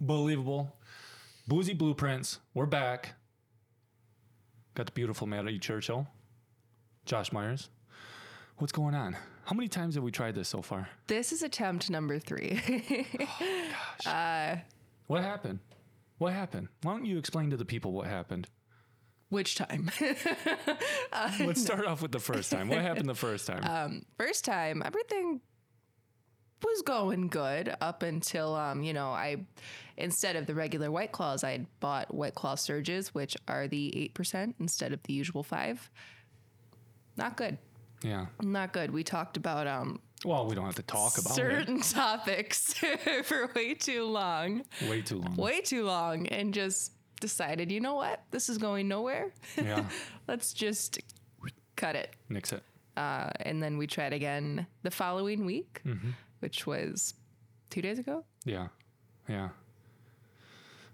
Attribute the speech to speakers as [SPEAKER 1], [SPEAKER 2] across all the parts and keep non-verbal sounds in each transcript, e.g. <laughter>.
[SPEAKER 1] unbelievable. Boozy Blueprints. We're back. Got the beautiful Mary Churchill, Josh Myers. What's going on? How many times have we tried this so far?
[SPEAKER 2] This is attempt number three. <laughs>
[SPEAKER 1] What happened? What happened? Why don't you explain to the people what happened?
[SPEAKER 2] Which time? <laughs>
[SPEAKER 1] Let's start off with the first time. What happened the first time?
[SPEAKER 2] First time, everything was going good up until um, you know, I instead of the regular white claws, I had bought white claw surges, which are the eight percent instead of the usual five. Not good.
[SPEAKER 1] yeah.
[SPEAKER 2] Not good. We talked about um
[SPEAKER 1] Well, we don't have to talk about
[SPEAKER 2] certain <laughs> topics for way too long.
[SPEAKER 1] it. Way too long.
[SPEAKER 2] Way too long and just decided, you know what? This is going nowhere. <laughs>
[SPEAKER 1] Yeah.
[SPEAKER 2] Let's just cut it.
[SPEAKER 1] Nix it.
[SPEAKER 2] Uh, and then we tried again the following week,
[SPEAKER 1] Mm-hmm.
[SPEAKER 2] which was two days ago.
[SPEAKER 1] Yeah. Yeah.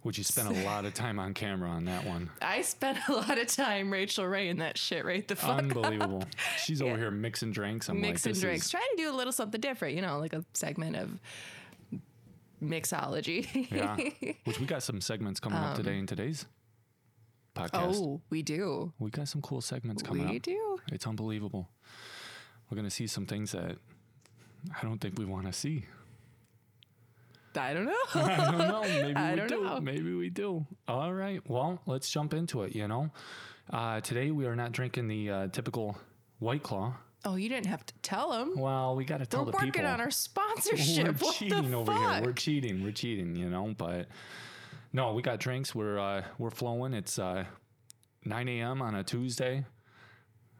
[SPEAKER 1] Which you spent a lot of time on camera on that one.
[SPEAKER 2] I spent a <laughs> lot of time Rachel Ray in that shit right the fuck
[SPEAKER 1] Unbelievable. She's over here mixing drinks. I'm
[SPEAKER 2] mix
[SPEAKER 1] like,
[SPEAKER 2] and
[SPEAKER 1] this
[SPEAKER 2] drinks.
[SPEAKER 1] is-
[SPEAKER 2] Trying to do a little something different, you know, like a segment of mixology.
[SPEAKER 1] <laughs>
[SPEAKER 2] <laughs>
[SPEAKER 1] yeah. Which we got some segments coming up today in today's podcast.
[SPEAKER 2] Um, oh, we do.
[SPEAKER 1] We got some cool segments coming
[SPEAKER 2] we
[SPEAKER 1] up.
[SPEAKER 2] do.
[SPEAKER 1] It's unbelievable. We're going to see some things that I don't think we want to see. <laughs>
[SPEAKER 2] I don't know.
[SPEAKER 1] I don't
[SPEAKER 2] <laughs>
[SPEAKER 1] know. Maybe
[SPEAKER 2] I
[SPEAKER 1] we
[SPEAKER 2] don't
[SPEAKER 1] do.
[SPEAKER 2] know.
[SPEAKER 1] Maybe we do. All right. Well, let's jump into it. You know, uh, today we are not drinking the uh, typical White Claw.
[SPEAKER 2] oh, you didn't have to tell him.
[SPEAKER 1] Well, we got to tell
[SPEAKER 2] We're
[SPEAKER 1] the
[SPEAKER 2] working
[SPEAKER 1] people. <laughs>
[SPEAKER 2] on our
[SPEAKER 1] we're
[SPEAKER 2] sponsorship. what
[SPEAKER 1] cheating
[SPEAKER 2] the
[SPEAKER 1] over
[SPEAKER 2] fuck?
[SPEAKER 1] here. We're cheating. We're cheating. You know, but no, we got drinks. We're uh, we're flowing. It's uh, 9 a.m. on a Tuesday.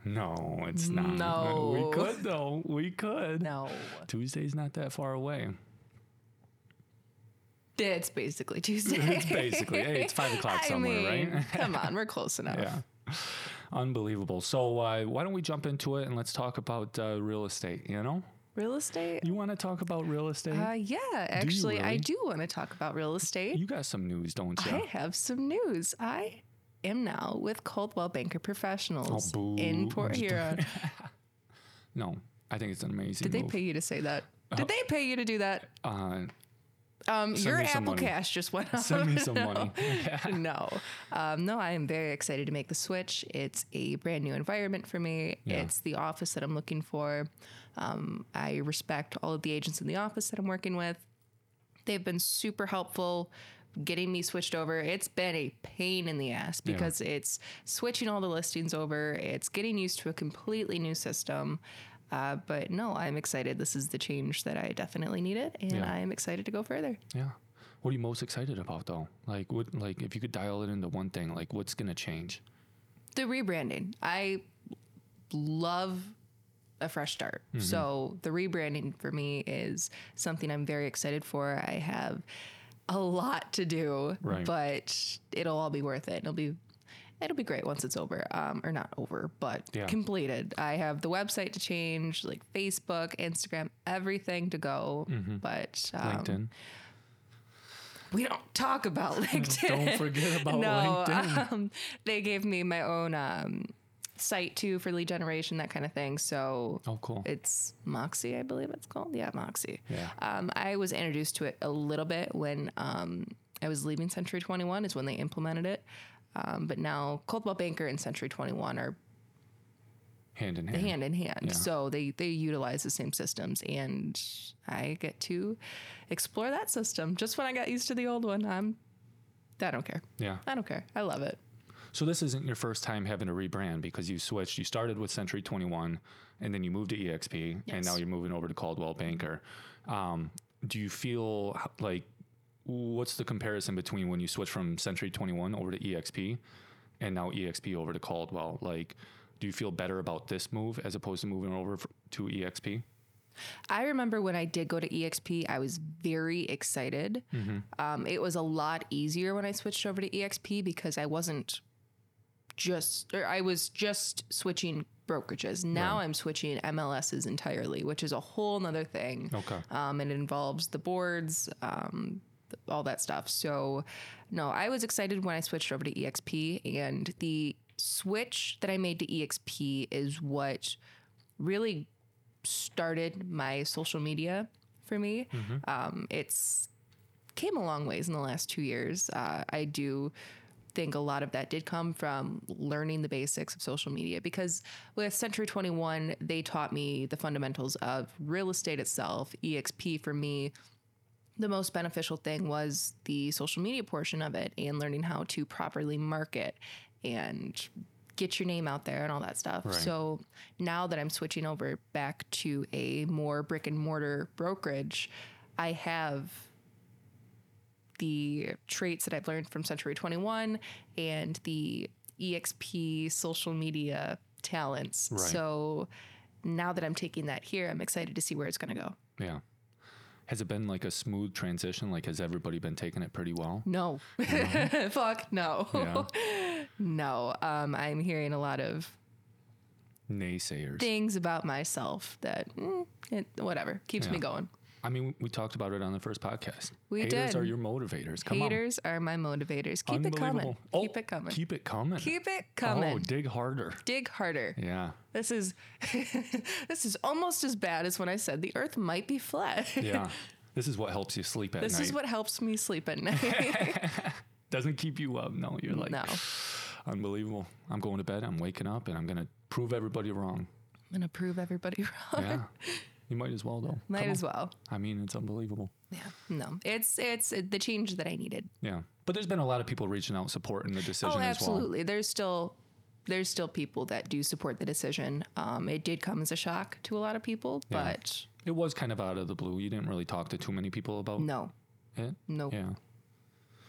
[SPEAKER 1] No, it's not.
[SPEAKER 2] No.
[SPEAKER 1] we could though. We could.
[SPEAKER 2] <laughs> no.
[SPEAKER 1] Tuesday's not that far away.
[SPEAKER 2] It's basically Tuesday.
[SPEAKER 1] <laughs> It's basically hey, it's five o'clock
[SPEAKER 2] <laughs> I
[SPEAKER 1] somewhere,
[SPEAKER 2] mean,
[SPEAKER 1] right?
[SPEAKER 2] come on, we're close enough.
[SPEAKER 1] <laughs> Yeah. Unbelievable. So uh, why don't we jump into it and let's talk about uh, real estate? You know,
[SPEAKER 2] Real estate?
[SPEAKER 1] you want to talk about real estate?
[SPEAKER 2] Uh, yeah, actually, I
[SPEAKER 1] really?
[SPEAKER 2] do want to talk about real estate.
[SPEAKER 1] you got some news, don't you?
[SPEAKER 2] I have some news. I am now with Coldwell Banker Professionals
[SPEAKER 1] Oh, boo.
[SPEAKER 2] in Port
[SPEAKER 1] I'm just-
[SPEAKER 2] Huron.
[SPEAKER 1] <laughs> no, I think it's an amazing.
[SPEAKER 2] Did they
[SPEAKER 1] move.
[SPEAKER 2] pay you to say that? Did they pay you to do that?
[SPEAKER 1] Uh,
[SPEAKER 2] Um, your
[SPEAKER 1] me some
[SPEAKER 2] Apple
[SPEAKER 1] money.
[SPEAKER 2] Cash just went
[SPEAKER 1] <laughs>
[SPEAKER 2] up.
[SPEAKER 1] send me some money.
[SPEAKER 2] <laughs> no, um, no, I am very excited to make the switch. It's a brand new environment for me.
[SPEAKER 1] Yeah.
[SPEAKER 2] It's the office that I'm looking for. Um, I respect all of the agents in the office that I'm working with. They've been super helpful getting me switched over. It's been a pain in the ass because it's switching all the listings over, it's getting used to a completely new system. Uh, but no, I'm excited. This is the change that I definitely needed, and
[SPEAKER 1] Yeah.
[SPEAKER 2] I'm excited to go further.
[SPEAKER 1] Yeah. What are you most excited about though? Like, what? Like, if you could dial it into one thing, like, what's gonna change?
[SPEAKER 2] the rebranding. I love a fresh start.
[SPEAKER 1] Mm-hmm.
[SPEAKER 2] So the rebranding for me is something I'm very excited for. I have a lot to do,
[SPEAKER 1] Right.
[SPEAKER 2] but it'll all be worth it. It'll be it'll be great once it's over, um, or not over, but
[SPEAKER 1] Yeah.
[SPEAKER 2] completed. I have the website to change, like Facebook, Instagram, everything to go. But
[SPEAKER 1] Mm-hmm.
[SPEAKER 2] um, <laughs>
[SPEAKER 1] LinkedIn.
[SPEAKER 2] we don't talk about
[SPEAKER 1] <laughs>
[SPEAKER 2] LinkedIn.
[SPEAKER 1] Don't forget about LinkedIn.
[SPEAKER 2] no, <laughs> um, they gave me my own um, site too for lead generation, that kind of thing. So
[SPEAKER 1] Oh, cool.
[SPEAKER 2] it's Moxie, I believe it's called. Yeah, Moxie.
[SPEAKER 1] Yeah.
[SPEAKER 2] Um, I was introduced to it a little bit when um, I was leaving Century 21, is when they implemented it. Um, but now Coldwell Banker and Century 21 are
[SPEAKER 1] hand in hand.
[SPEAKER 2] hand in hand.
[SPEAKER 1] Yeah.
[SPEAKER 2] So they they utilize the same systems, and I get to explore that system. Just when I got used to the old one, I'm I don't care.
[SPEAKER 1] Yeah.
[SPEAKER 2] I don't care. I love it.
[SPEAKER 1] So this isn't your first time having to rebrand because you switched. You started with Century 21, and then you moved to EXP, and now
[SPEAKER 2] Yes.
[SPEAKER 1] you're moving over to Caldwell Banker. Um, do you feel h- like what's the comparison between when you switch from Century 21 over to EXP, and now EXP over to Caldwell? Like, do you feel better about this move as opposed to moving over f- to E EXP?
[SPEAKER 2] I remember when I did go to EXP, I was very excited. Um, it was a lot easier when I switched over to EXP because I wasn't just, or I was just switching brokerages. Now I'm switching MLSs entirely, which is a whole nother thing.
[SPEAKER 1] Okay.
[SPEAKER 2] Um, it involves the boards, um, th- all that stuff. So, no, I was excited when I switched over to EXP, and the switch that I made to EXP is what really
[SPEAKER 1] Mm-hmm.
[SPEAKER 2] started my social media for me. Um, it's came a long ways in the last two years. Uh, I do think a lot of that did come from learning the basics of social media because with Century 21, they taught me the fundamentals of real estate itself, EXP for me. The most beneficial thing was the social media portion of it and learning how to properly market and get your name out there and all that stuff.
[SPEAKER 1] Right.
[SPEAKER 2] So now that I'm switching over back to a more brick and mortar brokerage, I have the traits that I've learned from Century 21 and the EXP social media talents.
[SPEAKER 1] Right.
[SPEAKER 2] So now that I'm taking that here, I'm excited to see where it's going to go.
[SPEAKER 1] Yeah. Has it been like a smooth transition? Like, has everybody been taking it pretty well?
[SPEAKER 2] No. <laughs> Fuck no.
[SPEAKER 1] Yeah.
[SPEAKER 2] <laughs> no. Um, I'm hearing a lot of
[SPEAKER 1] Naysayers.
[SPEAKER 2] things about myself that mm, it, whatever keeps me going.
[SPEAKER 1] I mean, we talked about it on the first podcast.
[SPEAKER 2] We
[SPEAKER 1] Haters
[SPEAKER 2] did.
[SPEAKER 1] are your motivators. Come
[SPEAKER 2] Haters are my motivators.
[SPEAKER 1] on.
[SPEAKER 2] Keep it coming.
[SPEAKER 1] Unbelievable. Oh,
[SPEAKER 2] keep it coming. Keep,
[SPEAKER 1] Keep it coming.
[SPEAKER 2] it
[SPEAKER 1] Oh,
[SPEAKER 2] coming.
[SPEAKER 1] dig harder.
[SPEAKER 2] Dig harder.
[SPEAKER 1] Yeah.
[SPEAKER 2] This is <laughs> this is almost as bad as when I said the earth might be flat.
[SPEAKER 1] Yeah. this is what helps you sleep at
[SPEAKER 2] <laughs> this
[SPEAKER 1] night.
[SPEAKER 2] is what helps me sleep at night.
[SPEAKER 1] Doesn't keep you up. No, you're <laughs> like,
[SPEAKER 2] no. I'm
[SPEAKER 1] unbelievable. I'm going to bed. I'm waking up and I'm going to prove everybody
[SPEAKER 2] <laughs>
[SPEAKER 1] wrong.
[SPEAKER 2] gonna prove everybody <laughs> wrong.
[SPEAKER 1] Yeah. you might as well, though.
[SPEAKER 2] Might
[SPEAKER 1] Come
[SPEAKER 2] as
[SPEAKER 1] on.
[SPEAKER 2] well.
[SPEAKER 1] I mean, it's unbelievable.
[SPEAKER 2] Yeah. No. It's it's the change that I needed.
[SPEAKER 1] Yeah. But there's been a lot of people reaching out, supporting the decision
[SPEAKER 2] oh,
[SPEAKER 1] as well.
[SPEAKER 2] absolutely. There's still there's still people that do support the decision. Um, it did come as a shock to a lot of people,
[SPEAKER 1] Yeah.
[SPEAKER 2] but
[SPEAKER 1] It was kind of out of the blue. You didn't really talk to too many people about
[SPEAKER 2] no,
[SPEAKER 1] it.
[SPEAKER 2] no,
[SPEAKER 1] Yeah.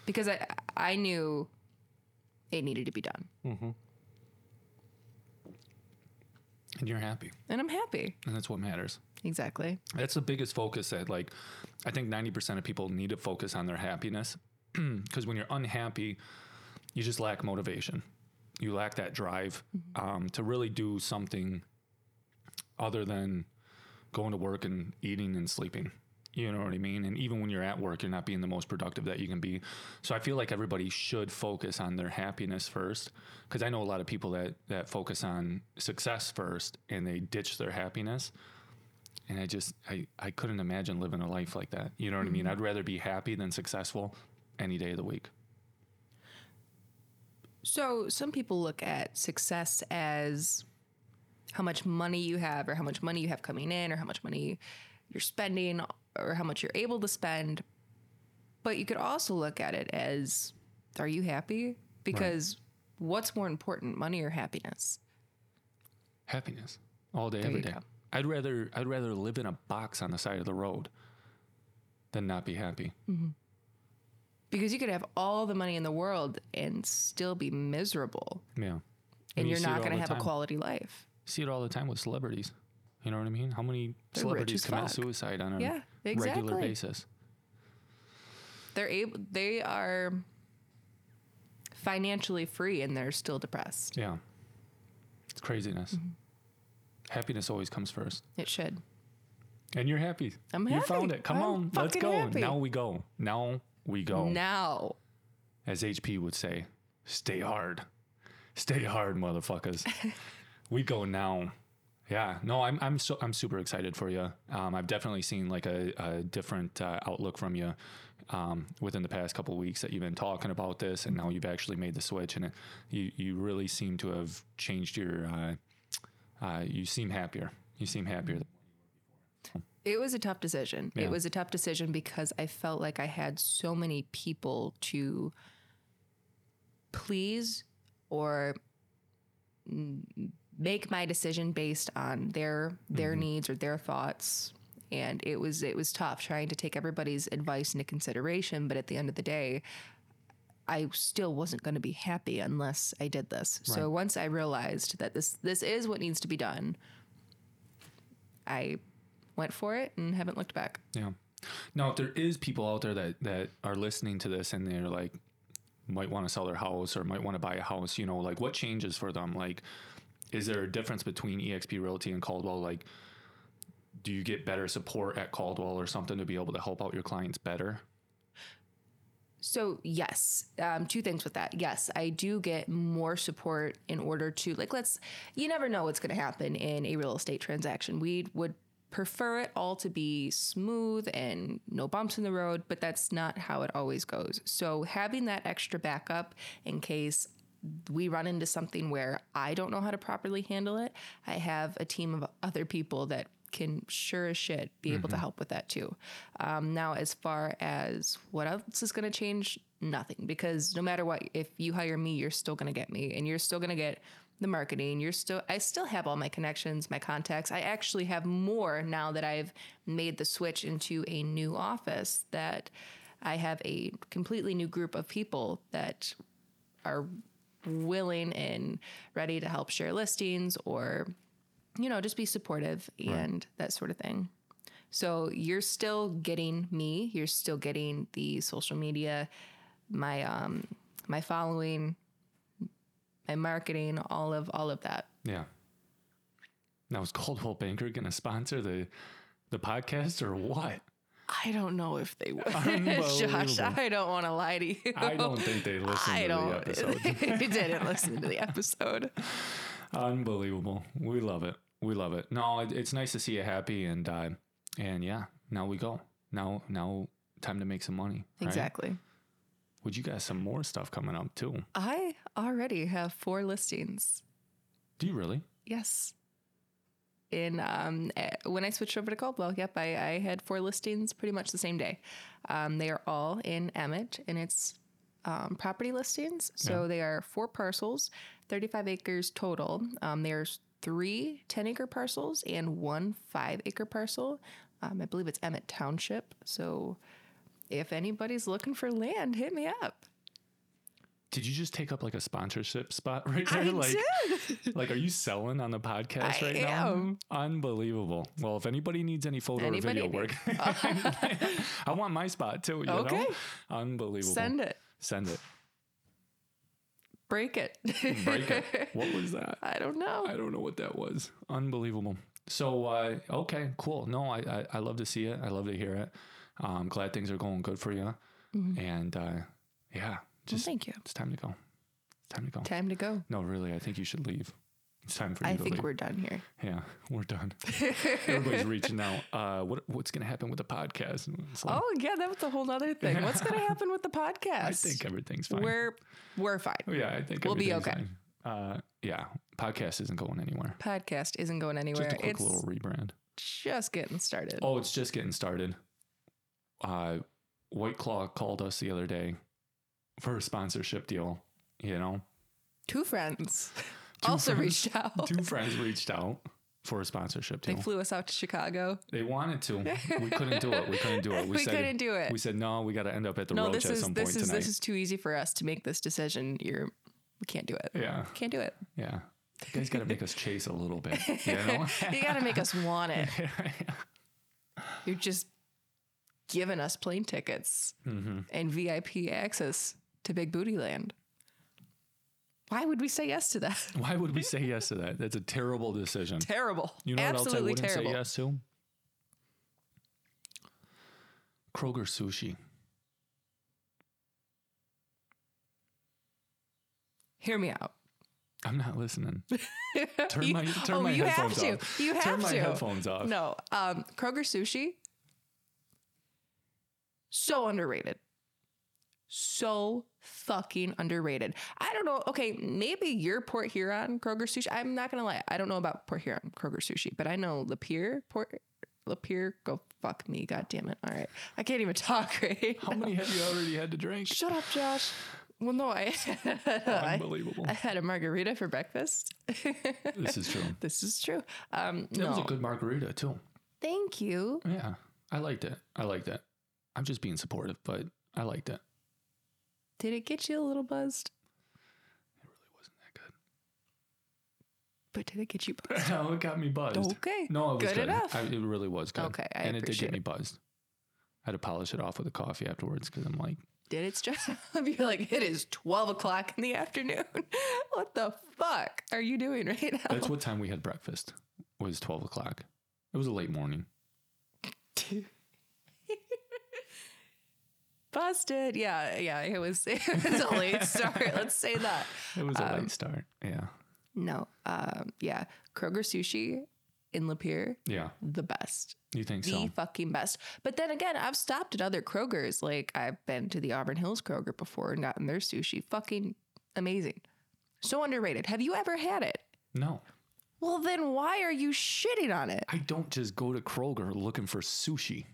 [SPEAKER 2] because I I knew it needed to be done,
[SPEAKER 1] And you're happy.
[SPEAKER 2] and I'm happy.
[SPEAKER 1] And that's what matters.
[SPEAKER 2] Exactly.
[SPEAKER 1] That's the biggest focus that, like, I think 90% of people need to focus on their happiness. <clears throat> Because when you're unhappy, you just lack motivation. You lack that drive um, to really do something other than going to work and eating and sleeping. You know what I mean? And even when you're at work, you're not being the most productive that you can be. So I feel like everybody should focus on their happiness first. Because I know a lot of people that, that focus on success first and they ditch their happiness and I just I, I couldn't imagine living a life like that. You know what I mean?
[SPEAKER 2] Mm-hmm.
[SPEAKER 1] I'd rather be happy than successful any day of the week.
[SPEAKER 2] So some people look at success as how much money you have, or how much money you have coming in, or how much money you're spending, or how much you're able to spend. But you could also look at it as, are you happy? Because what's more important, money or happiness?
[SPEAKER 1] Happiness all day,
[SPEAKER 2] There
[SPEAKER 1] every
[SPEAKER 2] you
[SPEAKER 1] day.
[SPEAKER 2] go.
[SPEAKER 1] I'd rather I'd rather live in a box on the side of the road than not be happy.
[SPEAKER 2] Because you could have all the money in the world and still be miserable,
[SPEAKER 1] Yeah, I
[SPEAKER 2] and
[SPEAKER 1] mean, you
[SPEAKER 2] you're
[SPEAKER 1] see it
[SPEAKER 2] not
[SPEAKER 1] all
[SPEAKER 2] going to
[SPEAKER 1] the
[SPEAKER 2] have a
[SPEAKER 1] time.
[SPEAKER 2] quality life.
[SPEAKER 1] See it all the time with celebrities. You know what I mean? How many
[SPEAKER 2] They're rich
[SPEAKER 1] celebrities
[SPEAKER 2] as
[SPEAKER 1] commit
[SPEAKER 2] fuck.
[SPEAKER 1] suicide on a
[SPEAKER 2] Yeah,
[SPEAKER 1] regular
[SPEAKER 2] exactly.
[SPEAKER 1] basis?
[SPEAKER 2] They're able. They are financially free, and they're still depressed.
[SPEAKER 1] Yeah, it's craziness.
[SPEAKER 2] Mm-hmm.
[SPEAKER 1] Happiness always comes first.
[SPEAKER 2] It should.
[SPEAKER 1] And you're happy.
[SPEAKER 2] I'm
[SPEAKER 1] You found
[SPEAKER 2] happy.
[SPEAKER 1] it. Come
[SPEAKER 2] I'm
[SPEAKER 1] on, let's
[SPEAKER 2] fucking
[SPEAKER 1] go.
[SPEAKER 2] happy.
[SPEAKER 1] Now we go. Now we go.
[SPEAKER 2] Now.
[SPEAKER 1] As HP would say, stay hard. Stay hard,
[SPEAKER 2] <laughs>
[SPEAKER 1] motherfuckers. we go now. Yeah, no, I'm I'm so I'm super excited for you. Um, I've definitely seen like a, a different uh, outlook from you um, within the past couple of weeks that you've been talking about this, and now you've actually made the switch, and it, you you really seem to have changed your. Uh, uh, you seem happier. You seem happier.
[SPEAKER 2] It was a tough decision.
[SPEAKER 1] Yeah.
[SPEAKER 2] It was a tough decision because I felt like I had so many people to please or mm, make my decision based on their their needs or their thoughts. And it was it was tough trying to take everybody's advice into consideration, but at the end of the day, I still wasn't going to be happy unless I did this. So once I realized that this this is what needs to be done, I went for it and haven't looked back.
[SPEAKER 1] Yeah. Now, if there is people out there that that are listening to this and they're like, might want to sell their house or might want to buy a house, you know, like what changes for them? Like, is there a difference between EXP Realty and Caldwell? Like, do you get better support at Caldwell or something to be able to help out your clients better?
[SPEAKER 2] So, yes, um, two things with that. Yes, I do get more support in order to, like, let's, you never know what's going to happen in a real estate transaction. We would prefer it all to be smooth and no bumps in the road, but that's not how it always goes. So having that extra backup in case we run into something where I don't know how to properly handle it, I have a team of other people that can sure as shit be able to help with that too. Um, now, as far as what else is going to change, nothing because no matter what, if you hire me, you're still going to get me, and you're still going to get the marketing. You're still, I still have all my connections, my contacts. I actually have more now that I've made the switch into a new office that I have a completely new group of people that are willing and ready to help share listings or you know, just be supportive and that sort of thing. So you're still getting me. You're still getting the social media, my um, my following, my marketing, all of all of that.
[SPEAKER 1] Yeah. Now is Coldwell Banker gonna sponsor the the podcast or what?
[SPEAKER 2] I don't know if they would, <laughs> Josh.
[SPEAKER 1] Unbelievable.
[SPEAKER 2] I don't want to lie to you.
[SPEAKER 1] I don't think they listen
[SPEAKER 2] <laughs> I
[SPEAKER 1] to
[SPEAKER 2] don't.
[SPEAKER 1] the episode.
[SPEAKER 2] <laughs> they didn't
[SPEAKER 1] <laughs>
[SPEAKER 2] listen to the episode.
[SPEAKER 1] Unbelievable. We love it. We love it. No, it, it's nice to see you happy and uh, and yeah. Now we go. Now now time to make some money. right?
[SPEAKER 2] Exactly.
[SPEAKER 1] Would you guys some more stuff coming up too?
[SPEAKER 2] I already have four listings.
[SPEAKER 1] Do you really?
[SPEAKER 2] Yes. In um, eh, when I switched over to Caldwell, yep, I, I had four listings pretty much the same day. Um, they are all in Emmett, and it's um, property listings. So they are four parcels, 35 acres total. Um, there's three 10 acre parcels and one five acre parcel. Um, I believe it's Emmett Township. So if anybody's looking for land, hit me up.
[SPEAKER 1] Did you just take up like a sponsorship spot <laughs> right there?
[SPEAKER 2] I
[SPEAKER 1] like
[SPEAKER 2] did.
[SPEAKER 1] like are you selling on the podcast
[SPEAKER 2] I
[SPEAKER 1] right
[SPEAKER 2] am.
[SPEAKER 1] now? Unbelievable. Well, if anybody needs any photo
[SPEAKER 2] Anybody
[SPEAKER 1] or video work, <laughs>
[SPEAKER 2] <laughs>
[SPEAKER 1] I want my spot too, you
[SPEAKER 2] Okay.
[SPEAKER 1] know? Unbelievable.
[SPEAKER 2] Send it,
[SPEAKER 1] Send it.
[SPEAKER 2] break it.
[SPEAKER 1] Break it.
[SPEAKER 2] <laughs>
[SPEAKER 1] What was that?
[SPEAKER 2] I don't know.
[SPEAKER 1] I don't know what that was. Unbelievable. So uh, okay, cool. No, I, I I love to see it. I love to hear it. Um, glad things are going good for you. And uh, yeah,
[SPEAKER 2] Well,
[SPEAKER 1] just
[SPEAKER 2] thank you.
[SPEAKER 1] it's time to go. It's time to go.
[SPEAKER 2] Time to go.
[SPEAKER 1] No, really, I think you should leave. It's time for you
[SPEAKER 2] I
[SPEAKER 1] to
[SPEAKER 2] think
[SPEAKER 1] leave.
[SPEAKER 2] we're done here.
[SPEAKER 1] yeah, <laughs> we're done.
[SPEAKER 2] <laughs>
[SPEAKER 1] Everybody's reaching out. Uh, what what's gonna happen with the podcast? It's like,
[SPEAKER 2] Oh yeah, that was a whole other thing.
[SPEAKER 1] <laughs>
[SPEAKER 2] What's going to happen with the podcast?
[SPEAKER 1] I think everything's fine. Oh,
[SPEAKER 2] we're we're fine.
[SPEAKER 1] yeah, I think
[SPEAKER 2] we'll be
[SPEAKER 1] everything's fine. Uh, yeah, podcast isn't going anywhere.
[SPEAKER 2] Podcast isn't going anywhere.
[SPEAKER 1] Just a quick
[SPEAKER 2] it's
[SPEAKER 1] little rebrand.
[SPEAKER 2] just getting started.
[SPEAKER 1] Oh, it's just getting started. Uh, White Claw called us the other day for a sponsorship deal. You know,
[SPEAKER 2] Two friends
[SPEAKER 1] Two
[SPEAKER 2] <laughs> also
[SPEAKER 1] friends.
[SPEAKER 2] reached out.
[SPEAKER 1] two friends reached out for a sponsorship
[SPEAKER 2] They
[SPEAKER 1] deal.
[SPEAKER 2] flew us out to Chicago.
[SPEAKER 1] They, wanted
[SPEAKER 2] <laughs>
[SPEAKER 1] to. We couldn't do it. We couldn't do it. Oh, We,
[SPEAKER 2] We
[SPEAKER 1] said,
[SPEAKER 2] couldn't do it.
[SPEAKER 1] We said no. We got to end up at the
[SPEAKER 2] No,
[SPEAKER 1] Roach
[SPEAKER 2] this
[SPEAKER 1] at
[SPEAKER 2] is
[SPEAKER 1] some
[SPEAKER 2] this
[SPEAKER 1] point
[SPEAKER 2] is
[SPEAKER 1] tonight.
[SPEAKER 2] this is too easy for us to make this decision. You're we can't do it.
[SPEAKER 1] yeah,
[SPEAKER 2] Can't do it.
[SPEAKER 1] yeah. You guys got to make us chase a little bit.
[SPEAKER 2] <laughs>
[SPEAKER 1] You know.
[SPEAKER 2] you got to make us want it. You're just giving us plane tickets
[SPEAKER 1] Mm-hmm.
[SPEAKER 2] and VIP access to Big Booty Land. Why would we say yes to that?
[SPEAKER 1] <laughs>
[SPEAKER 2] <laughs>
[SPEAKER 1] Why would we say yes to that? That's a terrible decision.
[SPEAKER 2] Terrible.
[SPEAKER 1] You know
[SPEAKER 2] Absolutely
[SPEAKER 1] what else I wouldn't
[SPEAKER 2] terrible.
[SPEAKER 1] say yes to? Kroger sushi.
[SPEAKER 2] Hear me out.
[SPEAKER 1] I'm not
[SPEAKER 2] <laughs>
[SPEAKER 1] listening. Turn
[SPEAKER 2] You-
[SPEAKER 1] my turn
[SPEAKER 2] oh,
[SPEAKER 1] my
[SPEAKER 2] you have
[SPEAKER 1] headphones
[SPEAKER 2] to.
[SPEAKER 1] off.
[SPEAKER 2] You have
[SPEAKER 1] turn my
[SPEAKER 2] to.
[SPEAKER 1] headphones off.
[SPEAKER 2] No, um, Kroger sushi. So underrated. So fucking underrated. I don't know. Okay, maybe your Port Huron Kroger sushi. I'm not gonna lie. I don't know about Port Huron Kroger sushi, but I know Lapeer Port Lapeer. Go fuck me. God damn it. All right, I can't even talk <laughs> right.
[SPEAKER 1] How many have you already had to drink?
[SPEAKER 2] Shut up, Josh. Well, no, I <laughs> I,
[SPEAKER 1] Unbelievable.
[SPEAKER 2] I had a margarita for breakfast.
[SPEAKER 1] this
[SPEAKER 2] <laughs>
[SPEAKER 1] is true.
[SPEAKER 2] this is true. Um,
[SPEAKER 1] That was a
[SPEAKER 2] no,
[SPEAKER 1] good margarita too.
[SPEAKER 2] thank you.
[SPEAKER 1] Yeah, I liked it. I liked it. I'm just being supportive, but I liked it.
[SPEAKER 2] Did it get you a little buzzed? But did it get you buzzed?
[SPEAKER 1] No, it got me <laughs> buzzed.
[SPEAKER 2] Okay.
[SPEAKER 1] No, it was
[SPEAKER 2] Good
[SPEAKER 1] good.
[SPEAKER 2] enough.
[SPEAKER 1] I, it really was good.
[SPEAKER 2] Okay, I
[SPEAKER 1] and it did
[SPEAKER 2] appreciate
[SPEAKER 1] get me buzzed. I had to polish it off with a coffee afterwards because I'm like,
[SPEAKER 2] Did its job. <laughs> You're like, it is 12 o'clock in the afternoon. <laughs> what the fuck are you doing right now?
[SPEAKER 1] that's what time we had breakfast. Was 12 o'clock. It was a late morning.
[SPEAKER 2] <laughs> Busted. Yeah, yeah. It was <laughs> it was a late start. Let's say that. Um,
[SPEAKER 1] It was a late start. Yeah.
[SPEAKER 2] No. Um, yeah. Kroger sushi in Lapeer
[SPEAKER 1] Yeah.
[SPEAKER 2] the best.
[SPEAKER 1] You think
[SPEAKER 2] The
[SPEAKER 1] so?
[SPEAKER 2] fucking best. But then again, I've stopped at other Kroger's. Like I've been to the Auburn Hills Kroger before and gotten their sushi. Fucking amazing. So underrated. Have you ever had it?
[SPEAKER 1] No.
[SPEAKER 2] Well, then why are you shitting on it?
[SPEAKER 1] I don't just go to Kroger looking for sushi.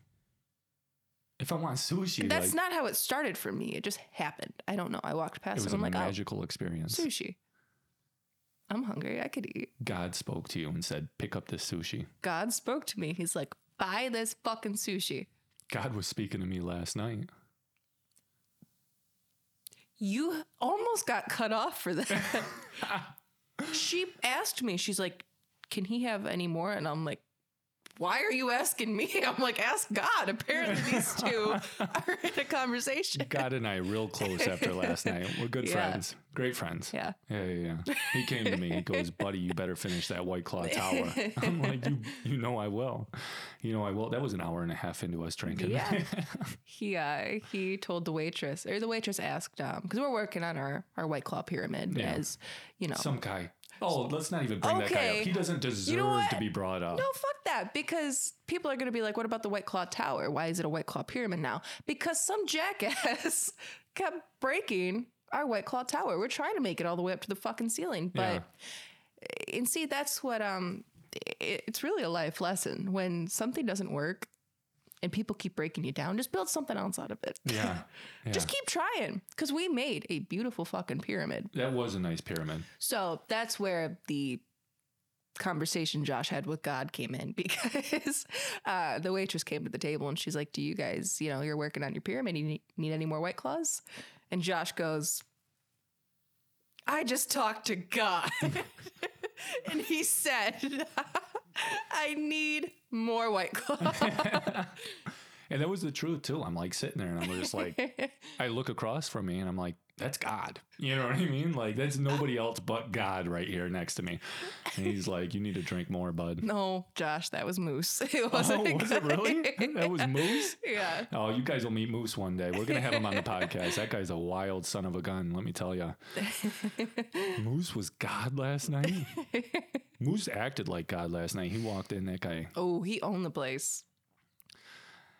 [SPEAKER 1] If I want sushi,
[SPEAKER 2] That's
[SPEAKER 1] like,
[SPEAKER 2] not how it started for me. It just happened. I don't know. I walked past
[SPEAKER 1] it was a
[SPEAKER 2] it. I'm like, oh,
[SPEAKER 1] magical experience.
[SPEAKER 2] sushi. I'm hungry. I could eat.
[SPEAKER 1] God spoke to you and said, "Pick up this sushi."
[SPEAKER 2] God spoke to me. He's like, buy this fucking sushi.
[SPEAKER 1] God was speaking to me last night.
[SPEAKER 2] You almost got cut off for that. she asked me, she's like, can he have any more? And I'm like, why are you asking me? <laughs> I'm like, ask God. Apparently, these two are in a conversation.
[SPEAKER 1] God and I real close after
[SPEAKER 2] <laughs>
[SPEAKER 1] last night. We're good
[SPEAKER 2] Yeah.
[SPEAKER 1] friends, great friends.
[SPEAKER 2] Yeah.
[SPEAKER 1] Yeah, yeah, yeah. He came to me. He goes, "Buddy, you better finish that White Claw
[SPEAKER 2] <laughs>
[SPEAKER 1] tower." I'm like, "You, you know I will. You know I will." That was an hour and a half into us drinking. <laughs>
[SPEAKER 2] Yeah. He uh, he told the waitress, or the waitress asked, um, because we're working on our our white claw pyramid,
[SPEAKER 1] Yeah.
[SPEAKER 2] as you know.
[SPEAKER 1] Some guy. Oh, let's not even bring that guy
[SPEAKER 2] Okay.
[SPEAKER 1] up. He doesn't deserve to
[SPEAKER 2] what?
[SPEAKER 1] be brought up.
[SPEAKER 2] no, fuck that, because people are gonna be like, what about the white claw tower? Why is it a white claw pyramid now? Because some jackass <laughs> kept breaking our white claw tower. We're trying to make it all the way up to the fucking ceiling, but.
[SPEAKER 1] Yeah.
[SPEAKER 2] and see that's what um i it's really a life lesson when something doesn't work and people keep breaking you down just build something else out of it <laughs>
[SPEAKER 1] Yeah. yeah.
[SPEAKER 2] just keep trying because we made a beautiful fucking pyramid
[SPEAKER 1] that was a nice
[SPEAKER 2] <laughs>
[SPEAKER 1] pyramid.
[SPEAKER 2] so that's where the conversation josh had with god came in <laughs> because uh, the waitress came to the table and she's like do you guys you know you're working on your pyramid you need, need any more white claws and josh goes i just talked to god <laughs> and he said <laughs> i need more white claws
[SPEAKER 1] And that was the truth too. I'm like sitting there and I'm just <laughs>
[SPEAKER 2] <laughs>
[SPEAKER 1] like I look across from me and I'm like, that's God. You know what I mean? Like that's nobody else but God right here next to me. And he's like, You need to drink more, bud.
[SPEAKER 2] no josh that was moose <laughs> it wasn't
[SPEAKER 1] Oh, <laughs> was it
[SPEAKER 2] God.
[SPEAKER 1] really? That was Moose?
[SPEAKER 2] <laughs> yeah <laughs>
[SPEAKER 1] Oh, you guys will meet Moose one day. We're gonna have him on the podcast. That guy's a wild son of a gun. Let me tell you, Moose was God last
[SPEAKER 2] <laughs>
[SPEAKER 1] night. Moose acted like God last night. He walked in. That guy,
[SPEAKER 2] oh he owned the place
[SPEAKER 1] <laughs>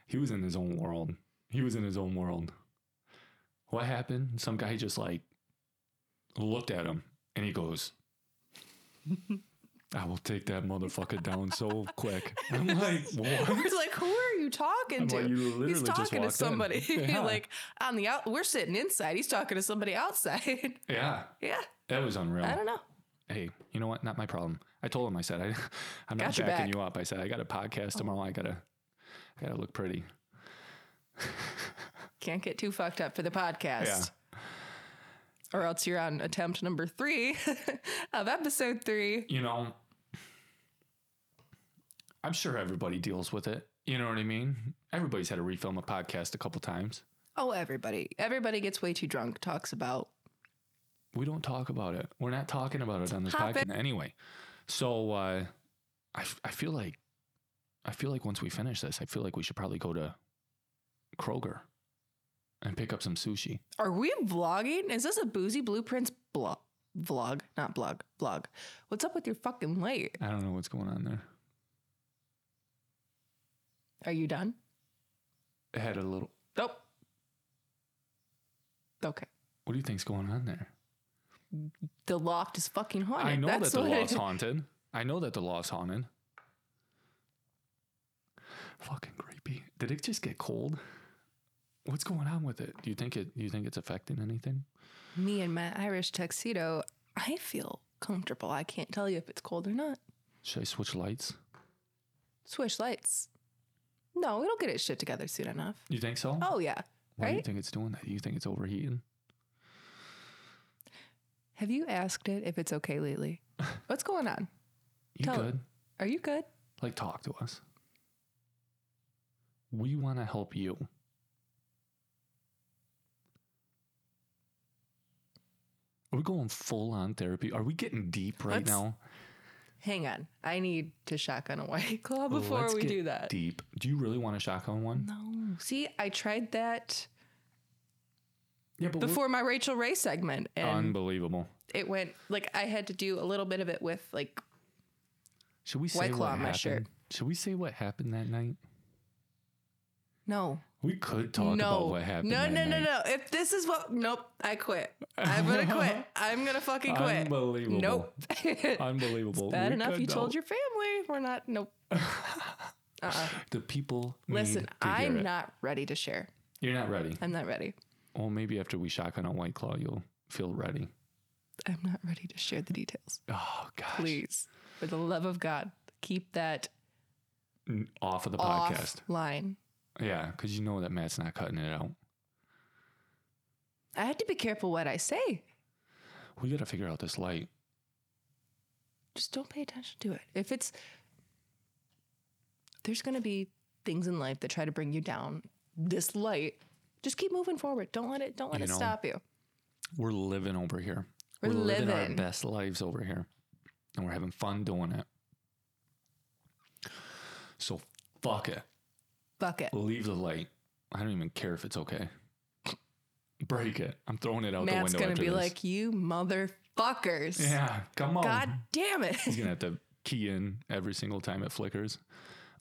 [SPEAKER 2] <laughs>
[SPEAKER 1] he was in his own world. He was in his own world. What happened? Some guy just like looked at him and he goes, "I will take that motherfucker down so quick." I'm
[SPEAKER 2] <laughs>
[SPEAKER 1] like, "What?"
[SPEAKER 2] We're like, who are you talking
[SPEAKER 1] I'm
[SPEAKER 2] to?
[SPEAKER 1] like, you literally
[SPEAKER 2] he's
[SPEAKER 1] just
[SPEAKER 2] talking to
[SPEAKER 1] walked in.
[SPEAKER 2] somebody. <laughs>
[SPEAKER 1] Yeah.
[SPEAKER 2] like on the out, we're sitting inside. He's talking to somebody outside. <laughs>
[SPEAKER 1] Yeah,
[SPEAKER 2] yeah,
[SPEAKER 1] that was unreal.
[SPEAKER 2] I don't know.
[SPEAKER 1] hey, you know what? Not my problem. I told him. I said, <laughs> I, I'm not
[SPEAKER 2] Got your
[SPEAKER 1] backing
[SPEAKER 2] back.
[SPEAKER 1] you up. I said, I got a podcast tomorrow. I gotta, I gotta look pretty.
[SPEAKER 2] Can't get too fucked up for the podcast.
[SPEAKER 1] Yeah.
[SPEAKER 2] Or else you're on attempt number three <laughs> of episode three.
[SPEAKER 1] You know, I'm sure everybody deals with it. You know what I mean? Everybody's had to refilm a podcast a couple times.
[SPEAKER 2] Oh, everybody. Everybody gets way too drunk, talks about
[SPEAKER 1] We don't talk about it. We're not talking about it on this
[SPEAKER 2] Hop
[SPEAKER 1] podcast anyway. So uh, I, f- I feel like, I feel like once we finish this, I feel like we should probably go to Kroger and pick up some sushi.
[SPEAKER 2] Are we vlogging? Is this a Boozy Blueprints blog? Vlog, not blog, vlog. What's up with your fucking light?
[SPEAKER 1] I don't know what's going on there.
[SPEAKER 2] Are you done?
[SPEAKER 1] It had a little.
[SPEAKER 2] Nope. Okay.
[SPEAKER 1] What do you think's going on there?
[SPEAKER 2] The loft is fucking haunted.
[SPEAKER 1] I know
[SPEAKER 2] That's
[SPEAKER 1] that the
[SPEAKER 2] what it- <laughs>
[SPEAKER 1] law's haunted. I know that the law's haunted. Fucking creepy. Did it just get cold? What's going on with it? Do you think it? Do you think it's affecting anything?
[SPEAKER 2] Me and my Irish tuxedo, I feel comfortable. I can't tell you if it's cold or not.
[SPEAKER 1] Should I switch lights?
[SPEAKER 2] Swish lights. No, it'll get its shit together soon enough.
[SPEAKER 1] You think so?
[SPEAKER 2] Oh yeah.
[SPEAKER 1] Why do you
[SPEAKER 2] right?
[SPEAKER 1] think it's doing that? Do you think it's overheating?
[SPEAKER 2] Have you asked it if it's
[SPEAKER 1] <laughs>
[SPEAKER 2] okay lately? What's going on?
[SPEAKER 1] You
[SPEAKER 2] Tell-
[SPEAKER 1] good?
[SPEAKER 2] Are you good?
[SPEAKER 1] Like talk to us. We want to help you. Are we going full on therapy? Are we getting deep right
[SPEAKER 2] Let's-
[SPEAKER 1] now?
[SPEAKER 2] Hang on. I need to shotgun a white <laughs> claw before
[SPEAKER 1] Let's
[SPEAKER 2] we
[SPEAKER 1] get
[SPEAKER 2] do that.
[SPEAKER 1] Deep. Do you really want a shotgun one?
[SPEAKER 2] No. See, I tried that
[SPEAKER 1] Yeah, but
[SPEAKER 2] before my Rachel Ray segment and
[SPEAKER 1] unbelievable.
[SPEAKER 2] it went like I had to do a little bit of it with like
[SPEAKER 1] Should we say
[SPEAKER 2] White Claw
[SPEAKER 1] what
[SPEAKER 2] on my
[SPEAKER 1] happened?
[SPEAKER 2] shirt.
[SPEAKER 1] Should we say what happened that night?
[SPEAKER 2] No.
[SPEAKER 1] We could talk
[SPEAKER 2] no.
[SPEAKER 1] about what happened.
[SPEAKER 2] No,
[SPEAKER 1] that
[SPEAKER 2] no,
[SPEAKER 1] night.
[SPEAKER 2] no, no. If this is what nope, I quit.
[SPEAKER 1] <laughs>
[SPEAKER 2] I'm gonna quit. I'm gonna fucking quit.
[SPEAKER 1] Unbelievable.
[SPEAKER 2] Nope.
[SPEAKER 1] <laughs> Unbelievable.
[SPEAKER 2] Bad
[SPEAKER 1] We
[SPEAKER 2] enough
[SPEAKER 1] could
[SPEAKER 2] you
[SPEAKER 1] though.
[SPEAKER 2] told your family. We're not nope. Uh-uh.
[SPEAKER 1] the people.
[SPEAKER 2] Listen,
[SPEAKER 1] need to hear
[SPEAKER 2] I'm
[SPEAKER 1] it.
[SPEAKER 2] not ready to share.
[SPEAKER 1] You're not ready.
[SPEAKER 2] I'm not ready.
[SPEAKER 1] Well, maybe after we shotgun a white claw, you'll feel ready.
[SPEAKER 2] I'm not ready to share the details.
[SPEAKER 1] Oh gosh.
[SPEAKER 2] Please, for the love of God, keep that
[SPEAKER 1] N- Off of the podcast.
[SPEAKER 2] offline.
[SPEAKER 1] Yeah, because you know that Matt's not cutting it out.
[SPEAKER 2] I had to be careful what I say.
[SPEAKER 1] We got to figure out this light.
[SPEAKER 2] Just don't pay attention to it. If it's there's going to be things in life that try to bring you down. This light, just keep moving forward. Don't let it. Don't let
[SPEAKER 1] You
[SPEAKER 2] it
[SPEAKER 1] know,
[SPEAKER 2] stop you.
[SPEAKER 1] We're living over here.
[SPEAKER 2] We're
[SPEAKER 1] living. our
[SPEAKER 2] living.
[SPEAKER 1] best lives over here. And we're having fun doing it. So fuck it.
[SPEAKER 2] Bucket.
[SPEAKER 1] Leave the light. I don't even care if it's okay. Break it. I'm throwing it out
[SPEAKER 2] Matt's
[SPEAKER 1] the window.
[SPEAKER 2] going to
[SPEAKER 1] after
[SPEAKER 2] be
[SPEAKER 1] this.
[SPEAKER 2] like, you motherfuckers.
[SPEAKER 1] yeah, come on.
[SPEAKER 2] God
[SPEAKER 1] <laughs>
[SPEAKER 2] damn it.
[SPEAKER 1] He's gonna have to key in every single time it flickers.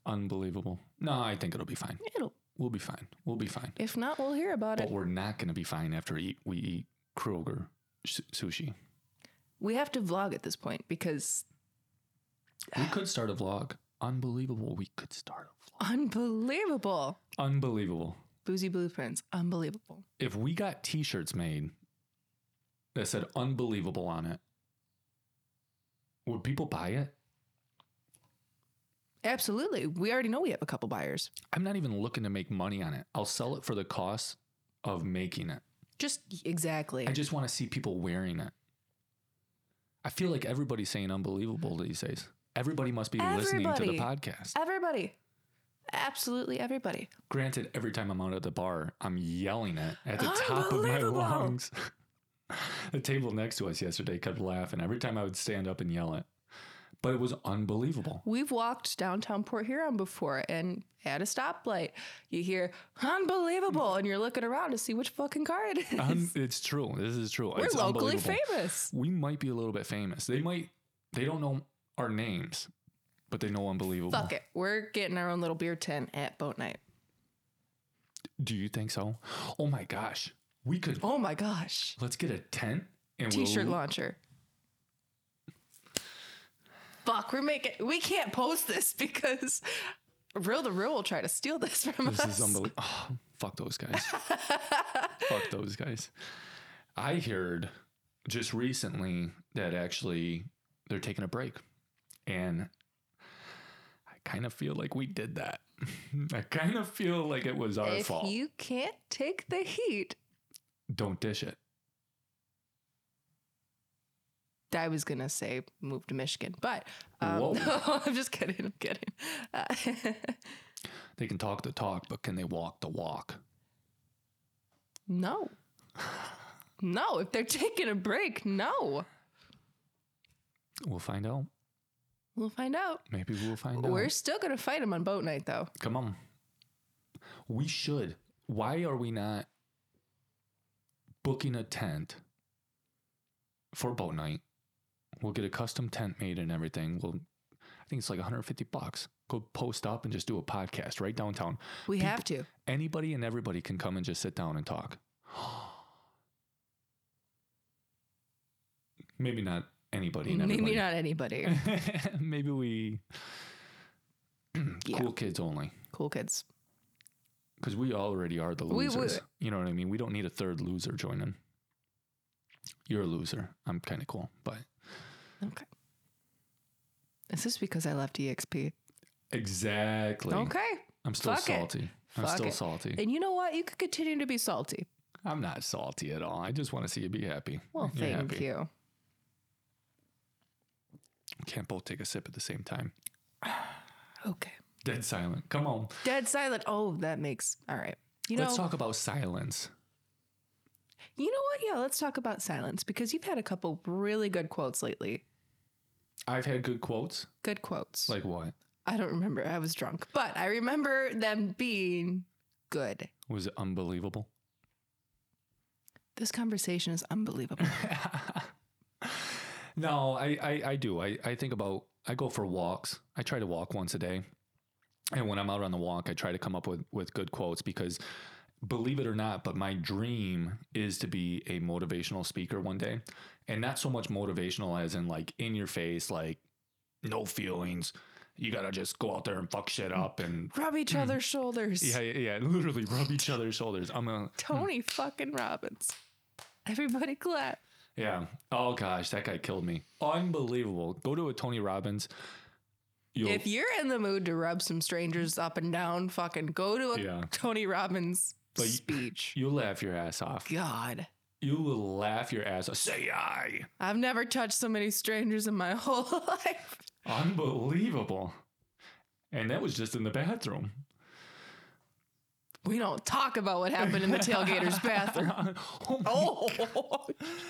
[SPEAKER 1] Unbelievable. No, I think it'll be fine.
[SPEAKER 2] It'll-
[SPEAKER 1] We'll be fine. We'll be fine.
[SPEAKER 2] if not, we'll hear about
[SPEAKER 1] But
[SPEAKER 2] it.
[SPEAKER 1] we're not gonna be fine after eat, we eat Kroger su- sushi.
[SPEAKER 2] We have to vlog at this point because
[SPEAKER 1] We could start a vlog. Unbelievable. We could start a
[SPEAKER 2] unbelievable.
[SPEAKER 1] vlog. Unbelievable.
[SPEAKER 2] Boozy Blueprints, unbelievable.
[SPEAKER 1] If we got T-shirts made that said "unbelievable" on it, would people buy it?
[SPEAKER 2] Absolutely. We already know we have a couple buyers.
[SPEAKER 1] I'm not even looking to make money on it. I'll sell it for the cost of making it.
[SPEAKER 2] Just exactly.
[SPEAKER 1] I just want to see people wearing it. I feel like everybody's saying unbelievable these days. Everybody must be listening to the
[SPEAKER 2] Everybody.
[SPEAKER 1] podcast.
[SPEAKER 2] everybody. Absolutely everybody.
[SPEAKER 1] Granted, every time I'm out at the bar, I'm yelling it at the top of my
[SPEAKER 2] Unbelievable.
[SPEAKER 1] lungs. <laughs> the table next to us yesterday kept laughing every time I would stand up and yell it. But it was unbelievable.
[SPEAKER 2] We've walked downtown Port Huron before and at a stoplight, you hear unbelievable and you're looking around to see which fucking car it is.
[SPEAKER 1] Un- it's true. This is true.
[SPEAKER 2] We're
[SPEAKER 1] it's
[SPEAKER 2] locally
[SPEAKER 1] unbelievable.
[SPEAKER 2] famous.
[SPEAKER 1] We might be a little bit famous. They might. They don't know our names, but they know unbelievable.
[SPEAKER 2] Fuck it. We're getting our own little beer tent at boat night.
[SPEAKER 1] Do you think so? Oh my gosh, we could.
[SPEAKER 2] Oh my gosh.
[SPEAKER 1] Let's get a tent and
[SPEAKER 2] T-shirt
[SPEAKER 1] We'll,
[SPEAKER 2] launcher. Fuck, we're making we can't post this because Real the Real will try to steal this from
[SPEAKER 1] this
[SPEAKER 2] us.
[SPEAKER 1] is <laughs>
[SPEAKER 2] <laughs>
[SPEAKER 1] unbelievable. fuck those guys. fuck those guys. I heard just recently that actually they're taking a break, and I kind of feel like we did that. <laughs> I kind of feel like it was our
[SPEAKER 2] if
[SPEAKER 1] fault.
[SPEAKER 2] you can't take the heat,
[SPEAKER 1] Don't dish it.
[SPEAKER 2] I was gonna say move to Michigan, but um,
[SPEAKER 1] Whoa.
[SPEAKER 2] <laughs> no, I'm just kidding. I'm kidding. Uh, <laughs>
[SPEAKER 1] They can talk the talk, but can they walk the walk?
[SPEAKER 2] no, no. If they're taking a break, no.
[SPEAKER 1] We'll find out.
[SPEAKER 2] We'll find out.
[SPEAKER 1] Maybe we'll find out.
[SPEAKER 2] We're still gonna fight them on boat night, though.
[SPEAKER 1] Come on. We should. Why are we not booking a tent for boat night? We'll get a custom tent made and everything. We'll I think it's like 150 bucks. Go post up and just do a podcast right downtown.
[SPEAKER 2] We
[SPEAKER 1] People-
[SPEAKER 2] have to.
[SPEAKER 1] Anybody and everybody can come and just sit down and talk. <gasps> Maybe not anybody and everybody.
[SPEAKER 2] Maybe not anybody.
[SPEAKER 1] <laughs> Maybe we
[SPEAKER 2] <clears throat> Yeah.
[SPEAKER 1] cool kids only.
[SPEAKER 2] Cool kids.
[SPEAKER 1] Because we already are the
[SPEAKER 2] We- we-
[SPEAKER 1] losers. You know what I mean? We don't need a third loser joining. You're a loser. I'm kind of cool, but
[SPEAKER 2] Okay. Is this because I left EXP?
[SPEAKER 1] exactly.
[SPEAKER 2] Okay.
[SPEAKER 1] I'm still
[SPEAKER 2] Fuck it.
[SPEAKER 1] salty. I'm
[SPEAKER 2] Fuck
[SPEAKER 1] still
[SPEAKER 2] it.
[SPEAKER 1] salty.
[SPEAKER 2] And you know what? You could continue to be salty.
[SPEAKER 1] I'm not salty at all. I just want to see you be happy.
[SPEAKER 2] Well,
[SPEAKER 1] You're
[SPEAKER 2] thank
[SPEAKER 1] happy.
[SPEAKER 2] you.
[SPEAKER 1] Can't both take a sip at the same time.
[SPEAKER 2] Okay.
[SPEAKER 1] Dead silent. Come on.
[SPEAKER 2] Dead silent. Oh, that makes all right. You know,
[SPEAKER 1] Let's talk about silence.
[SPEAKER 2] you know what? Yeah, let's talk about silence because you've had a couple really good quotes lately.
[SPEAKER 1] I've had good quotes.
[SPEAKER 2] Good quotes.
[SPEAKER 1] Like what?
[SPEAKER 2] I don't remember. I was drunk, but I remember them being good.
[SPEAKER 1] Was it unbelievable?
[SPEAKER 2] This conversation is unbelievable.
[SPEAKER 1] <laughs> no, I, I, I do. I, I think about I go for walks. I try to walk once a day. And when I'm out on the walk, I try to come up with, with good quotes because believe it or not, but my dream is to be a motivational speaker one day. And not so much motivational as in like in your face, like no feelings. You gotta just go out there and fuck shit up and
[SPEAKER 2] <laughs> <laughs> Rub each <clears throat> other's shoulders.
[SPEAKER 1] yeah, yeah, yeah, literally rub each other's shoulders. I'm a <clears throat>
[SPEAKER 2] Tony fucking Robbins. Everybody clap.
[SPEAKER 1] yeah. Oh gosh, that guy killed me. Unbelievable. Go to a Tony Robbins. You'll,
[SPEAKER 2] If you're in the mood to rub some strangers up and down, fucking go to a
[SPEAKER 1] Yeah.
[SPEAKER 2] Tony Robbins
[SPEAKER 1] But you-
[SPEAKER 2] speech.
[SPEAKER 1] you'll laugh your ass off.
[SPEAKER 2] God.
[SPEAKER 1] You will laugh your ass off. Say I.
[SPEAKER 2] I've never touched so many strangers in my <laughs> whole life.
[SPEAKER 1] Unbelievable. And that was just in the bathroom.
[SPEAKER 2] We don't talk about what happened
[SPEAKER 1] <laughs>
[SPEAKER 2] in the tailgater's bathroom.
[SPEAKER 1] oh, my-
[SPEAKER 2] Oh,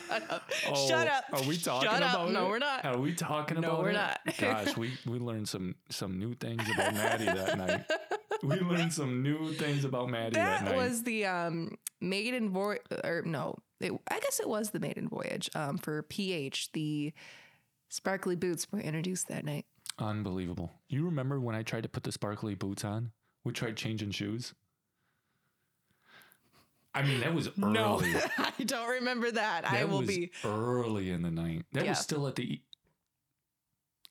[SPEAKER 2] shut up.
[SPEAKER 1] oh,
[SPEAKER 2] shut up.
[SPEAKER 1] Are we talking
[SPEAKER 2] Shut
[SPEAKER 1] about
[SPEAKER 2] up. No,
[SPEAKER 1] it?
[SPEAKER 2] we're not.
[SPEAKER 1] Are we talking
[SPEAKER 2] No,
[SPEAKER 1] about
[SPEAKER 2] we're
[SPEAKER 1] it?
[SPEAKER 2] not. <laughs>
[SPEAKER 1] Gosh, we, we learned some some new things about Maddie that night. We learned some new things about Maddie that,
[SPEAKER 2] that
[SPEAKER 1] night.
[SPEAKER 2] was the um, maiden voyage, or no, it, I guess it was the maiden voyage um, for PH. The sparkly boots were introduced that night.
[SPEAKER 1] Unbelievable. You remember when I tried to put the sparkly boots on? We tried changing shoes. I mean, that was early.
[SPEAKER 2] <laughs> I don't remember that. I
[SPEAKER 1] That
[SPEAKER 2] will
[SPEAKER 1] was
[SPEAKER 2] be.
[SPEAKER 1] early in the night. That
[SPEAKER 2] Yeah.
[SPEAKER 1] was still at the e-,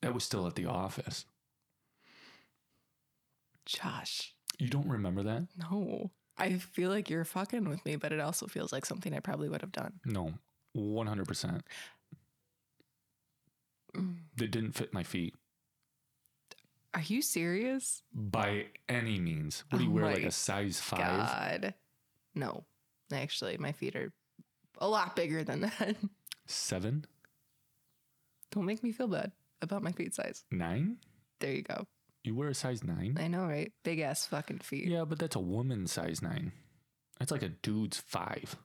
[SPEAKER 1] That was still at the office.
[SPEAKER 2] Josh,
[SPEAKER 1] You don't remember that?
[SPEAKER 2] no. I feel like you're fucking with me, but it also feels like something I probably would have done.
[SPEAKER 1] No. 100%. That didn't fit my feet
[SPEAKER 2] Are you serious?
[SPEAKER 1] by any means. What do
[SPEAKER 2] Oh
[SPEAKER 1] you wear like
[SPEAKER 2] my
[SPEAKER 1] a size 5?
[SPEAKER 2] God. No. Actually, my feet are a lot bigger than that.
[SPEAKER 1] 7?
[SPEAKER 2] Don't make me feel bad about my feet size.
[SPEAKER 1] 9?
[SPEAKER 2] There you go.
[SPEAKER 1] You wear a size 9?
[SPEAKER 2] I know, right? Big ass fucking feet.
[SPEAKER 1] Yeah, but that's a woman's size 9. That's like a dude's 5.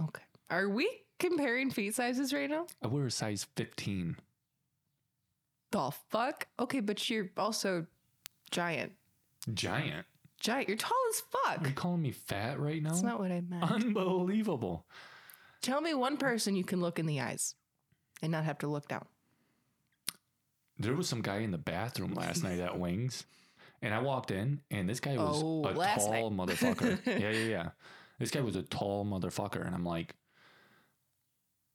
[SPEAKER 2] Okay. Are we comparing feet sizes right now?
[SPEAKER 1] I wear a size 15.
[SPEAKER 2] The fuck? Okay, but you're also giant.
[SPEAKER 1] Giant.
[SPEAKER 2] Giant. You're tall as
[SPEAKER 1] Are you
[SPEAKER 2] fuck.
[SPEAKER 1] calling me fat right now?
[SPEAKER 2] That's not what I meant.
[SPEAKER 1] Unbelievable.
[SPEAKER 2] Tell me one person you can look in the eyes and not have to look down.
[SPEAKER 1] There was some guy in the bathroom last night
[SPEAKER 2] <laughs>
[SPEAKER 1] at Wings, and I walked in, and this guy was
[SPEAKER 2] Oh,
[SPEAKER 1] a
[SPEAKER 2] last
[SPEAKER 1] tall motherfucker.
[SPEAKER 2] <laughs>
[SPEAKER 1] yeah, yeah, yeah. This guy was a tall motherfucker, and I'm like,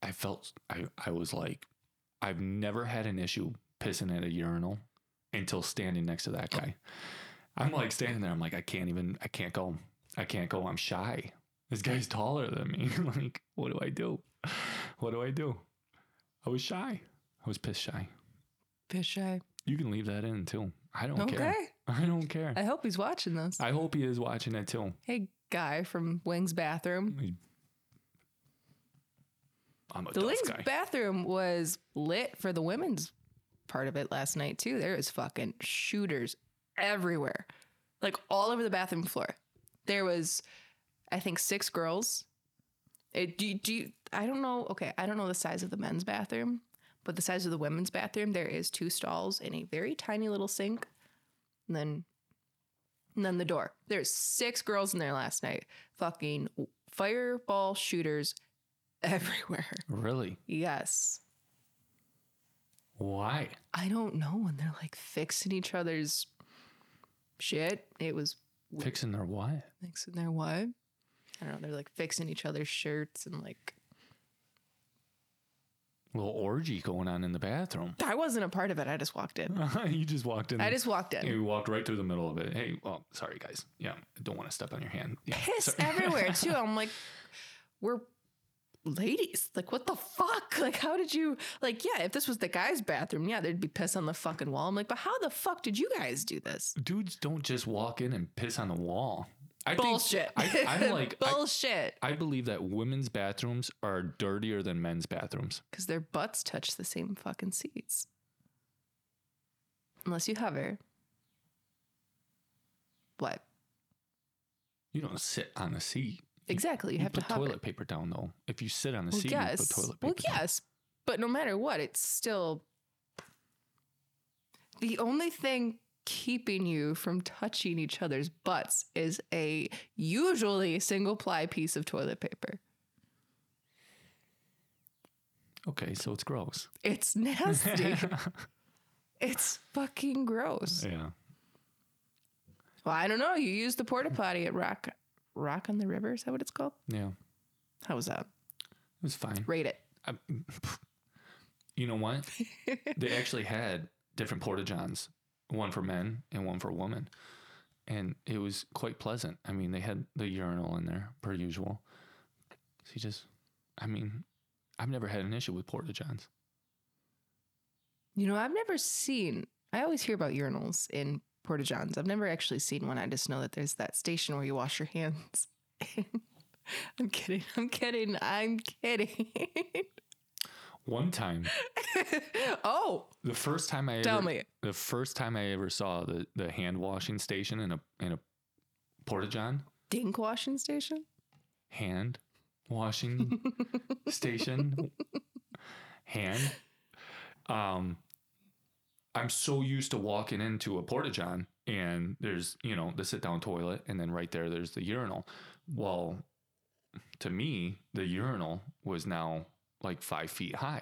[SPEAKER 1] I felt, I, I was like, I've never had an issue pissing at a urinal until standing next to that guy. I'm like standing there, I'm like, I can't even, I can't go, I can't go, I'm shy. This guy's taller than me. <laughs> like, what do I do? What do I do? I was shy. I was piss shy.
[SPEAKER 2] Fish eye.
[SPEAKER 1] You can leave that in too. I don't
[SPEAKER 2] Okay.
[SPEAKER 1] care. <laughs> I don't care.
[SPEAKER 2] I hope he's watching this.
[SPEAKER 1] I hope he is watching it too.
[SPEAKER 2] hey, guy from Wing's bathroom.
[SPEAKER 1] I'm a
[SPEAKER 2] The
[SPEAKER 1] tough
[SPEAKER 2] Wing's
[SPEAKER 1] guy.
[SPEAKER 2] bathroom was lit for the women's part of it last night, too. There was fucking shooters everywhere, like all over the bathroom floor. There was, I think, six girls. It, do, you- do you, I don't know. Okay, I don't know the size of the men's bathroom, but the size of the women's bathroom, there is two stalls and a very tiny little sink, and then, and then the door. There's six girls in there last night. Fucking fireball shooters <laughs> everywhere.
[SPEAKER 1] really?
[SPEAKER 2] Yes.
[SPEAKER 1] Why?
[SPEAKER 2] I don't know. And they're like fixing each other's shit. It was
[SPEAKER 1] Fixing their what?
[SPEAKER 2] fixing their what? I don't know. They're like fixing each other's shirts and like.
[SPEAKER 1] Little orgy going on in the bathroom. <laughs>
[SPEAKER 2] I wasn't a part of it. I just walked in.
[SPEAKER 1] you just walked in.
[SPEAKER 2] I just walked in.
[SPEAKER 1] <laughs> you walked right through the middle of it. Hey, well, sorry guys. Yeah, I don't want to step on your hand. Yeah, <laughs>
[SPEAKER 2] Piss
[SPEAKER 1] sorry.
[SPEAKER 2] everywhere too. I'm like, we're ladies. Like, what the fuck? Like, how did you? Like, yeah, if this was the guy's bathroom, yeah, there'd be piss on the fucking wall. I'm like, but how the fuck did you guys do this?
[SPEAKER 1] Dudes don't just walk in and piss on the wall. I think-
[SPEAKER 2] Bullshit.
[SPEAKER 1] I, I'm like, I,
[SPEAKER 2] <laughs> bullshit.
[SPEAKER 1] I believe that women's bathrooms are dirtier than men's bathrooms.
[SPEAKER 2] because their butts touch the same fucking seats. Unless you hover. What?
[SPEAKER 1] You don't sit on a seat.
[SPEAKER 2] Exactly. You, have to
[SPEAKER 1] put
[SPEAKER 2] hover.
[SPEAKER 1] toilet paper down though. If you sit on the
[SPEAKER 2] well,
[SPEAKER 1] seat,
[SPEAKER 2] yes.
[SPEAKER 1] you put toilet paper.
[SPEAKER 2] well,
[SPEAKER 1] down.
[SPEAKER 2] yes. But no matter what, it's still the only thing keeping you from touching each other's butts is a usually single ply piece of toilet paper.
[SPEAKER 1] Okay, so it's
[SPEAKER 2] <laughs>
[SPEAKER 1] gross.
[SPEAKER 2] It's nasty. it's fucking gross.
[SPEAKER 1] <laughs> Yeah.
[SPEAKER 2] Well, I don't know. You used the porta potty at Rock Rock on the River. Is that what it's called?
[SPEAKER 1] Yeah. It
[SPEAKER 2] How was that?
[SPEAKER 1] was fine. <laughs>
[SPEAKER 2] Rate it.
[SPEAKER 1] I, you know what? they actually had different porta johns, one for men and one for women, and it was quite pleasant. I mean, they had the urinal in there per usual. So you just, I mean, I've never had an issue with porta johns.
[SPEAKER 2] You know, I've never seen. I always hear about urinals in porta johns. I've never actually seen one. I just know that there's that station where you wash your hands. <laughs> I'm kidding. I'm kidding. I'm kidding. <laughs>
[SPEAKER 1] One time,
[SPEAKER 2] oh,
[SPEAKER 1] the first time I
[SPEAKER 2] tell
[SPEAKER 1] ever,
[SPEAKER 2] me.
[SPEAKER 1] the first time I ever saw the the hand washing station in a in a porta john
[SPEAKER 2] Dink washing station?
[SPEAKER 1] hand
[SPEAKER 2] <laughs>
[SPEAKER 1] washing station hand um i'm so used to walking into a porta john and there's you know the sit down toilet and then right there there's the urinal well to me the urinal was now like five feet high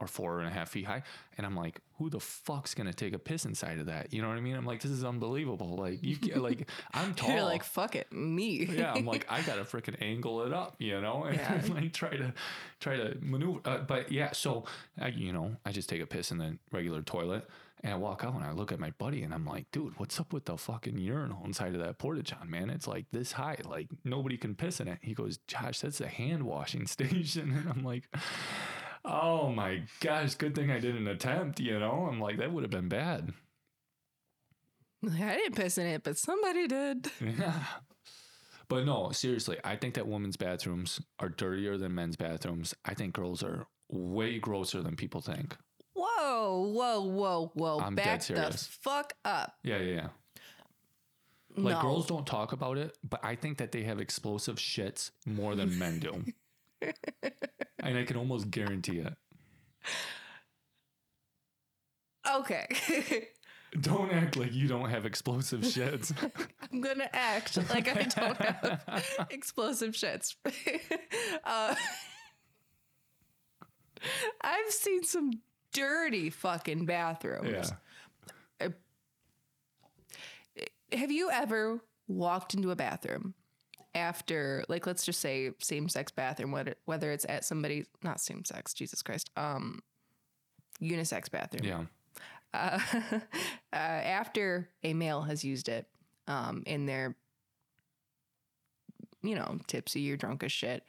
[SPEAKER 1] or four and a half feet high and i'm like who the fuck's gonna take a piss inside of that you know what i mean i'm like this is unbelievable like you ca-
[SPEAKER 2] <laughs>
[SPEAKER 1] like i'm tall
[SPEAKER 2] You're like, fuck it, <laughs> me.
[SPEAKER 1] yeah, I'm like, I gotta freaking angle it up, you know, <laughs> and
[SPEAKER 2] Yeah.
[SPEAKER 1] like try to try to maneuver. Uh, but yeah, so I, you know, I just take a piss in the regular toilet and I walk out and I look at my buddy and I'm like, dude, what's up with the fucking urinal inside of that porta john, man? It's like this high, like nobody can piss in it. He goes, Josh, that's a hand washing <laughs> station, and I'm like. Oh my gosh, good thing I didn't attempt, you know? I'm like, that would have been bad.
[SPEAKER 2] Like, I didn't piss in it, but somebody did.
[SPEAKER 1] Yeah. <laughs> But no, seriously, I think that women's bathrooms are dirtier than men's bathrooms. I think girls are way grosser than people think.
[SPEAKER 2] Whoa, whoa, whoa, whoa.
[SPEAKER 1] I'm dead
[SPEAKER 2] Back the
[SPEAKER 1] serious.
[SPEAKER 2] fuck up.
[SPEAKER 1] Yeah, yeah, yeah. Like
[SPEAKER 2] no.
[SPEAKER 1] girls don't talk about it, but I think that they have explosive shits more than men do. and I can almost guarantee it.
[SPEAKER 2] okay. <laughs>
[SPEAKER 1] Don't act like you don't have explosive shits.
[SPEAKER 2] I'm going
[SPEAKER 1] <laughs>
[SPEAKER 2] to act like I don't have explosive shits. <laughs> uh, I've seen some dirty fucking bathrooms.
[SPEAKER 1] yeah.
[SPEAKER 2] have you ever walked into a bathroom after like let's just say same sex bathroom whether whether it's at somebody's not same sex jesus christ um unisex bathroom
[SPEAKER 1] Yeah.
[SPEAKER 2] uh, <laughs> uh, after a male has used it um in their you know tipsy or drunk as shit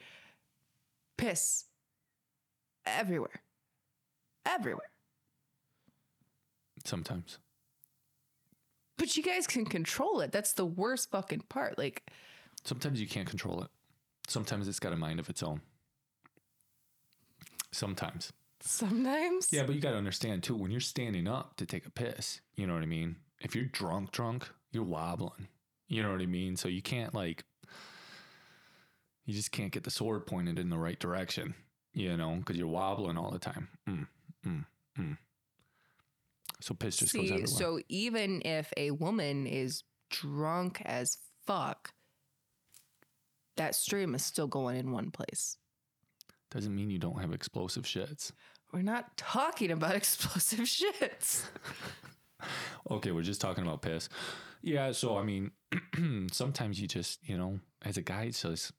[SPEAKER 2] piss everywhere everywhere
[SPEAKER 1] Sometimes.
[SPEAKER 2] but you guys can control it that's the worst fucking part like
[SPEAKER 1] Sometimes you can't control it. Sometimes it's got a mind of its own. Sometimes.
[SPEAKER 2] sometimes
[SPEAKER 1] Yeah, but you got to understand too when you're standing up to take a piss, you know what I mean? If you're drunk, drunk, you're wobbling. You know what I mean? So you can't like you just can't get the sword pointed in the right direction, you know, cuz you're wobbling all the time. Mm, mm, mm. So piss just goes
[SPEAKER 2] See,
[SPEAKER 1] everywhere.
[SPEAKER 2] so even if a woman is drunk as fuck, that stream is still going in one place.
[SPEAKER 1] Doesn't mean you don't have explosive shits.
[SPEAKER 2] We're not talking about <laughs> explosive shits.
[SPEAKER 1] Okay, we're just talking about piss. Yeah, so I mean, <clears throat> sometimes you just, you know, as a guy, it's just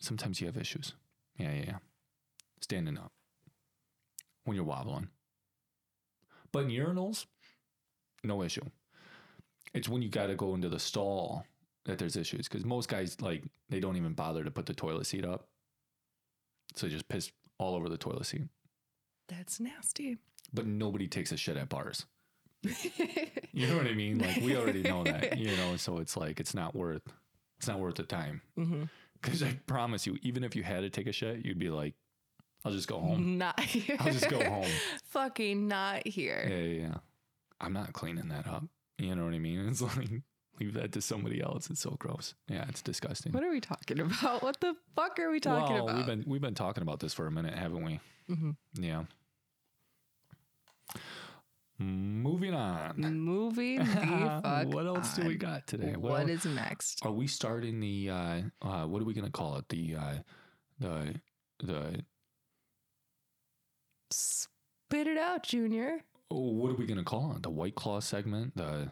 [SPEAKER 1] sometimes you have issues. Yeah, yeah, yeah. Standing up when you're wobbling. But in urinals, no issue. It's when you got to go into the stall that there's issues because most guys, like, they don't even bother to put the toilet seat up. So they just piss all over the toilet seat.
[SPEAKER 2] That's <laughs> nasty.
[SPEAKER 1] But nobody takes a shit at bars. You know what I mean? Like we already know
[SPEAKER 2] <laughs>
[SPEAKER 1] that, you know, so it's like it's not worth it's not worth the time.
[SPEAKER 2] hmm
[SPEAKER 1] Cuz I promise you even if you had to take a shit, you'd be like I'll just go
[SPEAKER 2] <laughs>
[SPEAKER 1] home.
[SPEAKER 2] Not here.
[SPEAKER 1] I'll just go home.
[SPEAKER 2] <laughs> Fucking not
[SPEAKER 1] Yeah,
[SPEAKER 2] here.
[SPEAKER 1] yeah, yeah. I'm not cleaning that up. You know what I mean? <laughs> It's like leave that to somebody else. It's so gross. Yeah, it's disgusting.
[SPEAKER 2] What are we talking about? What the fuck are we talking
[SPEAKER 1] well,
[SPEAKER 2] about?
[SPEAKER 1] we've been we've been talking about this for a minute, haven't we?
[SPEAKER 2] Mhm.
[SPEAKER 1] Yeah. Moving
[SPEAKER 2] Mm-hmm.
[SPEAKER 1] on. <laughs>
[SPEAKER 2] Moving the fuck.
[SPEAKER 1] what else do we
[SPEAKER 2] on.
[SPEAKER 1] got today?
[SPEAKER 2] what
[SPEAKER 1] else-
[SPEAKER 2] is next?
[SPEAKER 1] Are we starting the uh, uh what are we gonna call it? The uh the the
[SPEAKER 2] Spit it out, Junior.
[SPEAKER 1] Oh, what are we gonna call it? The White Claw segment. The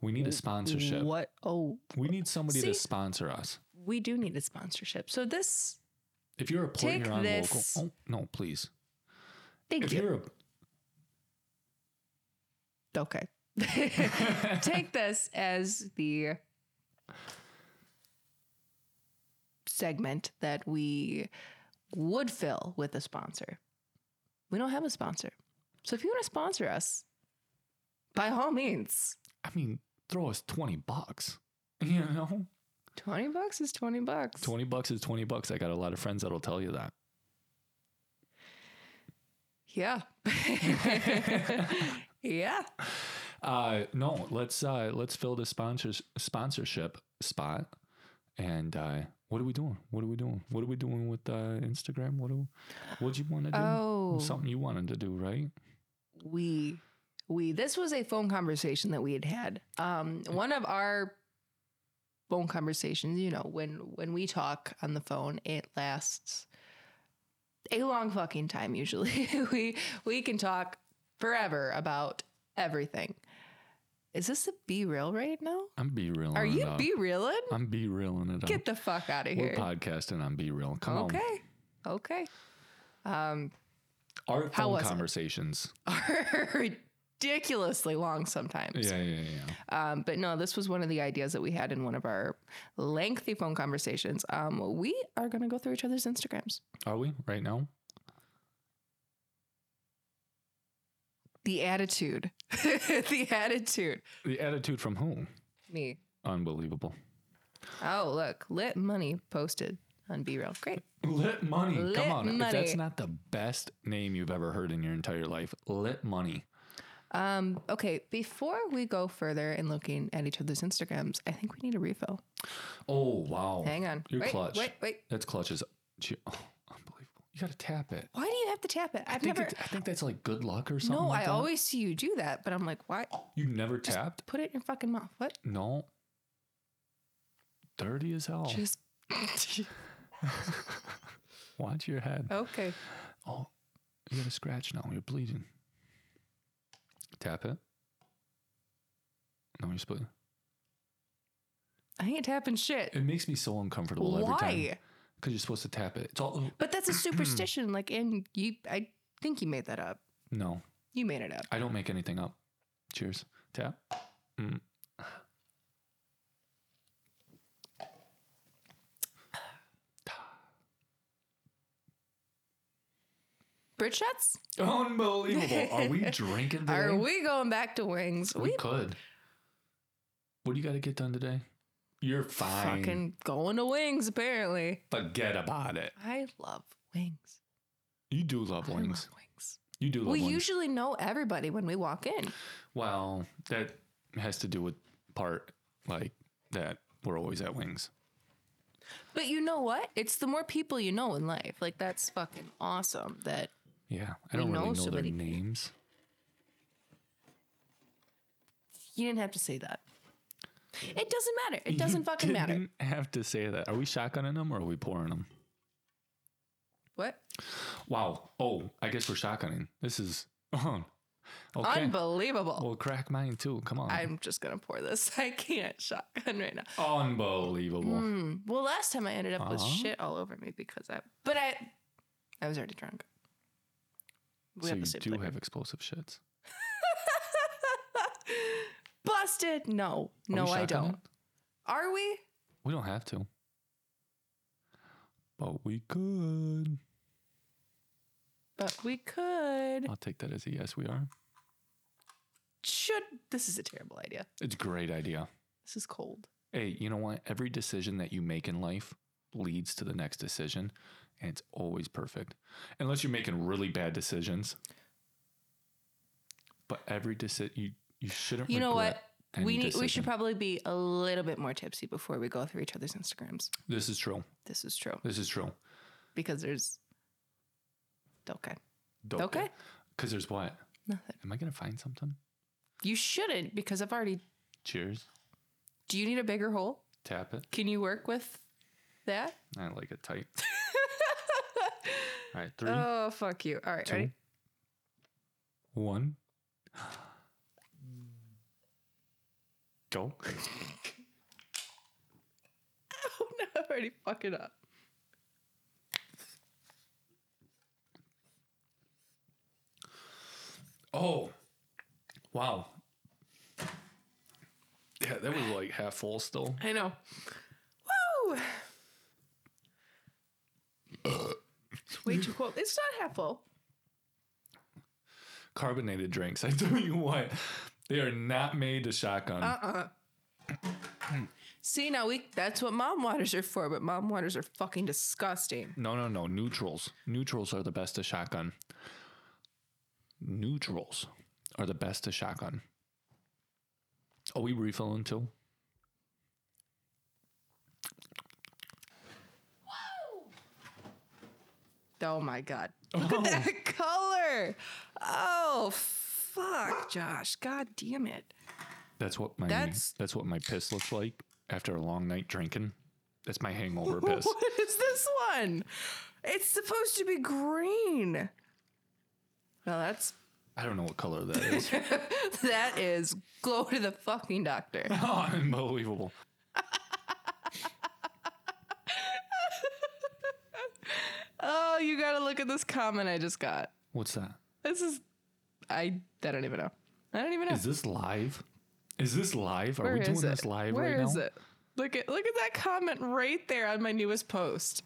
[SPEAKER 1] we need a sponsorship.
[SPEAKER 2] What? Oh,
[SPEAKER 1] We need somebody
[SPEAKER 2] See?
[SPEAKER 1] to sponsor us.
[SPEAKER 2] we do need a sponsorship. So this,
[SPEAKER 1] If you're a player
[SPEAKER 2] Take
[SPEAKER 1] on
[SPEAKER 2] this.
[SPEAKER 1] local, oh no, please.
[SPEAKER 2] thank
[SPEAKER 1] If
[SPEAKER 2] you.
[SPEAKER 1] you're a
[SPEAKER 2] okay. <laughs> Take this as the segment that we would fill with a sponsor. We don't have a sponsor. So if you want to sponsor us, by all means,
[SPEAKER 1] <laughs> I mean, throw us twenty bucks. <laughs> You know,
[SPEAKER 2] 20 bucks is 20 bucks.
[SPEAKER 1] twenty bucks is twenty bucks. I got a lot of friends that'll tell you that.
[SPEAKER 2] Yeah. <laughs> yeah.
[SPEAKER 1] Uh, no, let's uh, let's fill the sponsors sponsorship spot. And uh, what are we doing? What are we doing? What are we doing with uh, Instagram? What do what do you want to do?
[SPEAKER 2] Oh.
[SPEAKER 1] Something you wanted to do, right?
[SPEAKER 2] we we this was a phone conversation that we had had um one of our phone conversations you know when when we talk on the phone it lasts a long fucking time usually <laughs> we we can talk forever about everything is this a be real right now
[SPEAKER 1] I'm be real.
[SPEAKER 2] are you be reeling
[SPEAKER 1] I'm be reeling it
[SPEAKER 2] get
[SPEAKER 1] up.
[SPEAKER 2] the fuck out of
[SPEAKER 1] We're
[SPEAKER 2] here
[SPEAKER 1] podcasting on be real. Come
[SPEAKER 2] okay
[SPEAKER 1] on,
[SPEAKER 2] okay um <laughs>
[SPEAKER 1] our phone
[SPEAKER 2] How was it?
[SPEAKER 1] conversations.
[SPEAKER 2] ridiculously long sometimes
[SPEAKER 1] Yeah, yeah, yeah, yeah.
[SPEAKER 2] Um, but no, this was one of the ideas that we had in one of our lengthy phone conversations. Um, we are going to go through each other's Instagrams.
[SPEAKER 1] Are we right now?
[SPEAKER 2] The attitude, <laughs> the attitude.
[SPEAKER 1] The attitude from who?
[SPEAKER 2] Me.
[SPEAKER 1] Unbelievable.
[SPEAKER 2] Oh, look, lit money posted on B real. Great.
[SPEAKER 1] Lit money.
[SPEAKER 2] Lit
[SPEAKER 1] Come on. If
[SPEAKER 2] Money.
[SPEAKER 1] that's not the best name you've ever heard in your entire life, lit money.
[SPEAKER 2] Um, okay, before we go further in looking at each other's Instagrams, I think we need a refill.
[SPEAKER 1] Oh wow.
[SPEAKER 2] Hang on.
[SPEAKER 1] You're
[SPEAKER 2] wait,
[SPEAKER 1] clutch.
[SPEAKER 2] wait, wait.
[SPEAKER 1] That's clutches. Gee, oh, <laughs> unbelievable. You got to tap it.
[SPEAKER 2] Why do you have to tap it?
[SPEAKER 1] I
[SPEAKER 2] I've
[SPEAKER 1] think,
[SPEAKER 2] never.
[SPEAKER 1] it, I think that's like good luck or something.
[SPEAKER 2] No,
[SPEAKER 1] like
[SPEAKER 2] I
[SPEAKER 1] that.
[SPEAKER 2] always see you do that, but I'm like, why?
[SPEAKER 1] You never tapped?
[SPEAKER 2] Put it in your fucking mouth. What?
[SPEAKER 1] No. Dirty as hell.
[SPEAKER 2] Just.
[SPEAKER 1] <laughs>
[SPEAKER 2] <laughs>
[SPEAKER 1] Watch your head.
[SPEAKER 2] okay.
[SPEAKER 1] Oh, you got a scratch now. You're bleeding. Tap it. No, you're splitting.
[SPEAKER 2] I ain't tapping shit.
[SPEAKER 1] It makes me so uncomfortable every time.
[SPEAKER 2] Why?
[SPEAKER 1] Because you're supposed to tap it. It's all. oh,
[SPEAKER 2] But
[SPEAKER 1] <clears throat>
[SPEAKER 2] that's a superstition. like, and you, I think you made that up.
[SPEAKER 1] No,
[SPEAKER 2] You made it up.
[SPEAKER 1] I don't make anything up. Cheers. Tap. Mm.
[SPEAKER 2] Bridge shots?
[SPEAKER 1] Unbelievable. Are
[SPEAKER 2] <laughs>
[SPEAKER 1] we drinking today?
[SPEAKER 2] Are we going back to wings?
[SPEAKER 1] We
[SPEAKER 2] We
[SPEAKER 1] could. What do you got to get done today? You're fine.
[SPEAKER 2] fucking going to wings, apparently.
[SPEAKER 1] Forget about it.
[SPEAKER 2] I love wings.
[SPEAKER 1] You do love
[SPEAKER 2] I
[SPEAKER 1] wings.
[SPEAKER 2] love wings.
[SPEAKER 1] You do love
[SPEAKER 2] we
[SPEAKER 1] wings.
[SPEAKER 2] usually know everybody when we walk in.
[SPEAKER 1] well, that has to do with part like that we're always at wings.
[SPEAKER 2] But you know what? It's the more people you know in life. Like, that's fucking awesome that
[SPEAKER 1] Yeah, I
[SPEAKER 2] We
[SPEAKER 1] don't really
[SPEAKER 2] know
[SPEAKER 1] know
[SPEAKER 2] so
[SPEAKER 1] their
[SPEAKER 2] many people.
[SPEAKER 1] names.
[SPEAKER 2] you didn't have to say that. It doesn't matter.
[SPEAKER 1] <laughs>
[SPEAKER 2] It doesn't fucking matter.
[SPEAKER 1] Didn't have to say that. Are we shotgunning them or are we pouring them?
[SPEAKER 2] What?
[SPEAKER 1] Wow. Oh, I guess we're shotgunning. This is <laughs> on. Okay.
[SPEAKER 2] Unbelievable.
[SPEAKER 1] Well, crack mine too. Come on.
[SPEAKER 2] I'm just gonna pour this. <laughs> I can't shotgun right now.
[SPEAKER 1] Unbelievable.
[SPEAKER 2] Mm. Well, last time I ended up with
[SPEAKER 1] Uh-huh.
[SPEAKER 2] shit all over me because I, but I, I was already drunk. We
[SPEAKER 1] so
[SPEAKER 2] have
[SPEAKER 1] you
[SPEAKER 2] the same
[SPEAKER 1] do
[SPEAKER 2] flavor.
[SPEAKER 1] have explosive shits.
[SPEAKER 2] <laughs> Busted. No,
[SPEAKER 1] Are we
[SPEAKER 2] no, I
[SPEAKER 1] shotgunning?
[SPEAKER 2] don't. Are we?
[SPEAKER 1] We don't have to. But we could.
[SPEAKER 2] But we could.
[SPEAKER 1] I'll take that as a yes, we are.
[SPEAKER 2] Should this is a terrible idea.
[SPEAKER 1] It's a great idea.
[SPEAKER 2] This is cold.
[SPEAKER 1] Hey, you know what? Every decision that you make in life leads to the next decision, and it's always perfect. Unless you're making really bad decisions. But every decision you you shouldn't
[SPEAKER 2] You know
[SPEAKER 1] regret
[SPEAKER 2] what?
[SPEAKER 1] any
[SPEAKER 2] we need. We
[SPEAKER 1] decision.
[SPEAKER 2] should probably be a little bit more tipsy before we go through each other's Instagrams.
[SPEAKER 1] This is true.
[SPEAKER 2] This is true
[SPEAKER 1] This is true.
[SPEAKER 2] because there's. Okay.
[SPEAKER 1] Dope.
[SPEAKER 2] Okay.
[SPEAKER 1] Cuz there's what?
[SPEAKER 2] Nothing.
[SPEAKER 1] Am I going to find something?
[SPEAKER 2] You shouldn't because I've already.
[SPEAKER 1] Cheers.
[SPEAKER 2] Do you need a bigger hole?
[SPEAKER 1] Tap it.
[SPEAKER 2] Can you work with that?
[SPEAKER 1] I like it tight. All right, <laughs> three,
[SPEAKER 2] Oh, fuck you. All right,
[SPEAKER 1] Two.
[SPEAKER 2] ready? <laughs>
[SPEAKER 1] one, go.
[SPEAKER 2] Oh, no, I already fucked it up.
[SPEAKER 1] Oh, wow. Yeah, that was like half full still.
[SPEAKER 2] I know. Woo! it's way too cold. It's not half full.
[SPEAKER 1] Carbonated drinks. I <laughs> tell you what, they are not made to shotgun.
[SPEAKER 2] Uh. See, now we that's what mom waters are for, but mom waters are fucking disgusting.
[SPEAKER 1] no, no, no. Neutrals. Neutrals are the best to shotgun. Neutrals are the best to shotgun. Are we refilling too?
[SPEAKER 2] Oh my god. Look at
[SPEAKER 1] Oh.
[SPEAKER 2] that <laughs> color. Oh fuck, Josh. God damn it.
[SPEAKER 1] That's what my
[SPEAKER 2] That's-
[SPEAKER 1] that's, what my piss looks like after a long night drinking. That's my
[SPEAKER 2] <laughs>
[SPEAKER 1] hangover piss.
[SPEAKER 2] What is this one? It's supposed to be green. Well, that's <laughs>
[SPEAKER 1] I don't know what color that is. <laughs>
[SPEAKER 2] that is go to the fucking doctor.
[SPEAKER 1] oh, unbelievable.
[SPEAKER 2] Oh, you gotta look at this comment I just got.
[SPEAKER 1] What's that?
[SPEAKER 2] This is I I don't even know. I don't even know.
[SPEAKER 1] Is this live? Is this live? Are
[SPEAKER 2] Where
[SPEAKER 1] we doing
[SPEAKER 2] is it?
[SPEAKER 1] this live
[SPEAKER 2] Where
[SPEAKER 1] right
[SPEAKER 2] is
[SPEAKER 1] now?
[SPEAKER 2] it? Look at look at that comment right there on my newest post.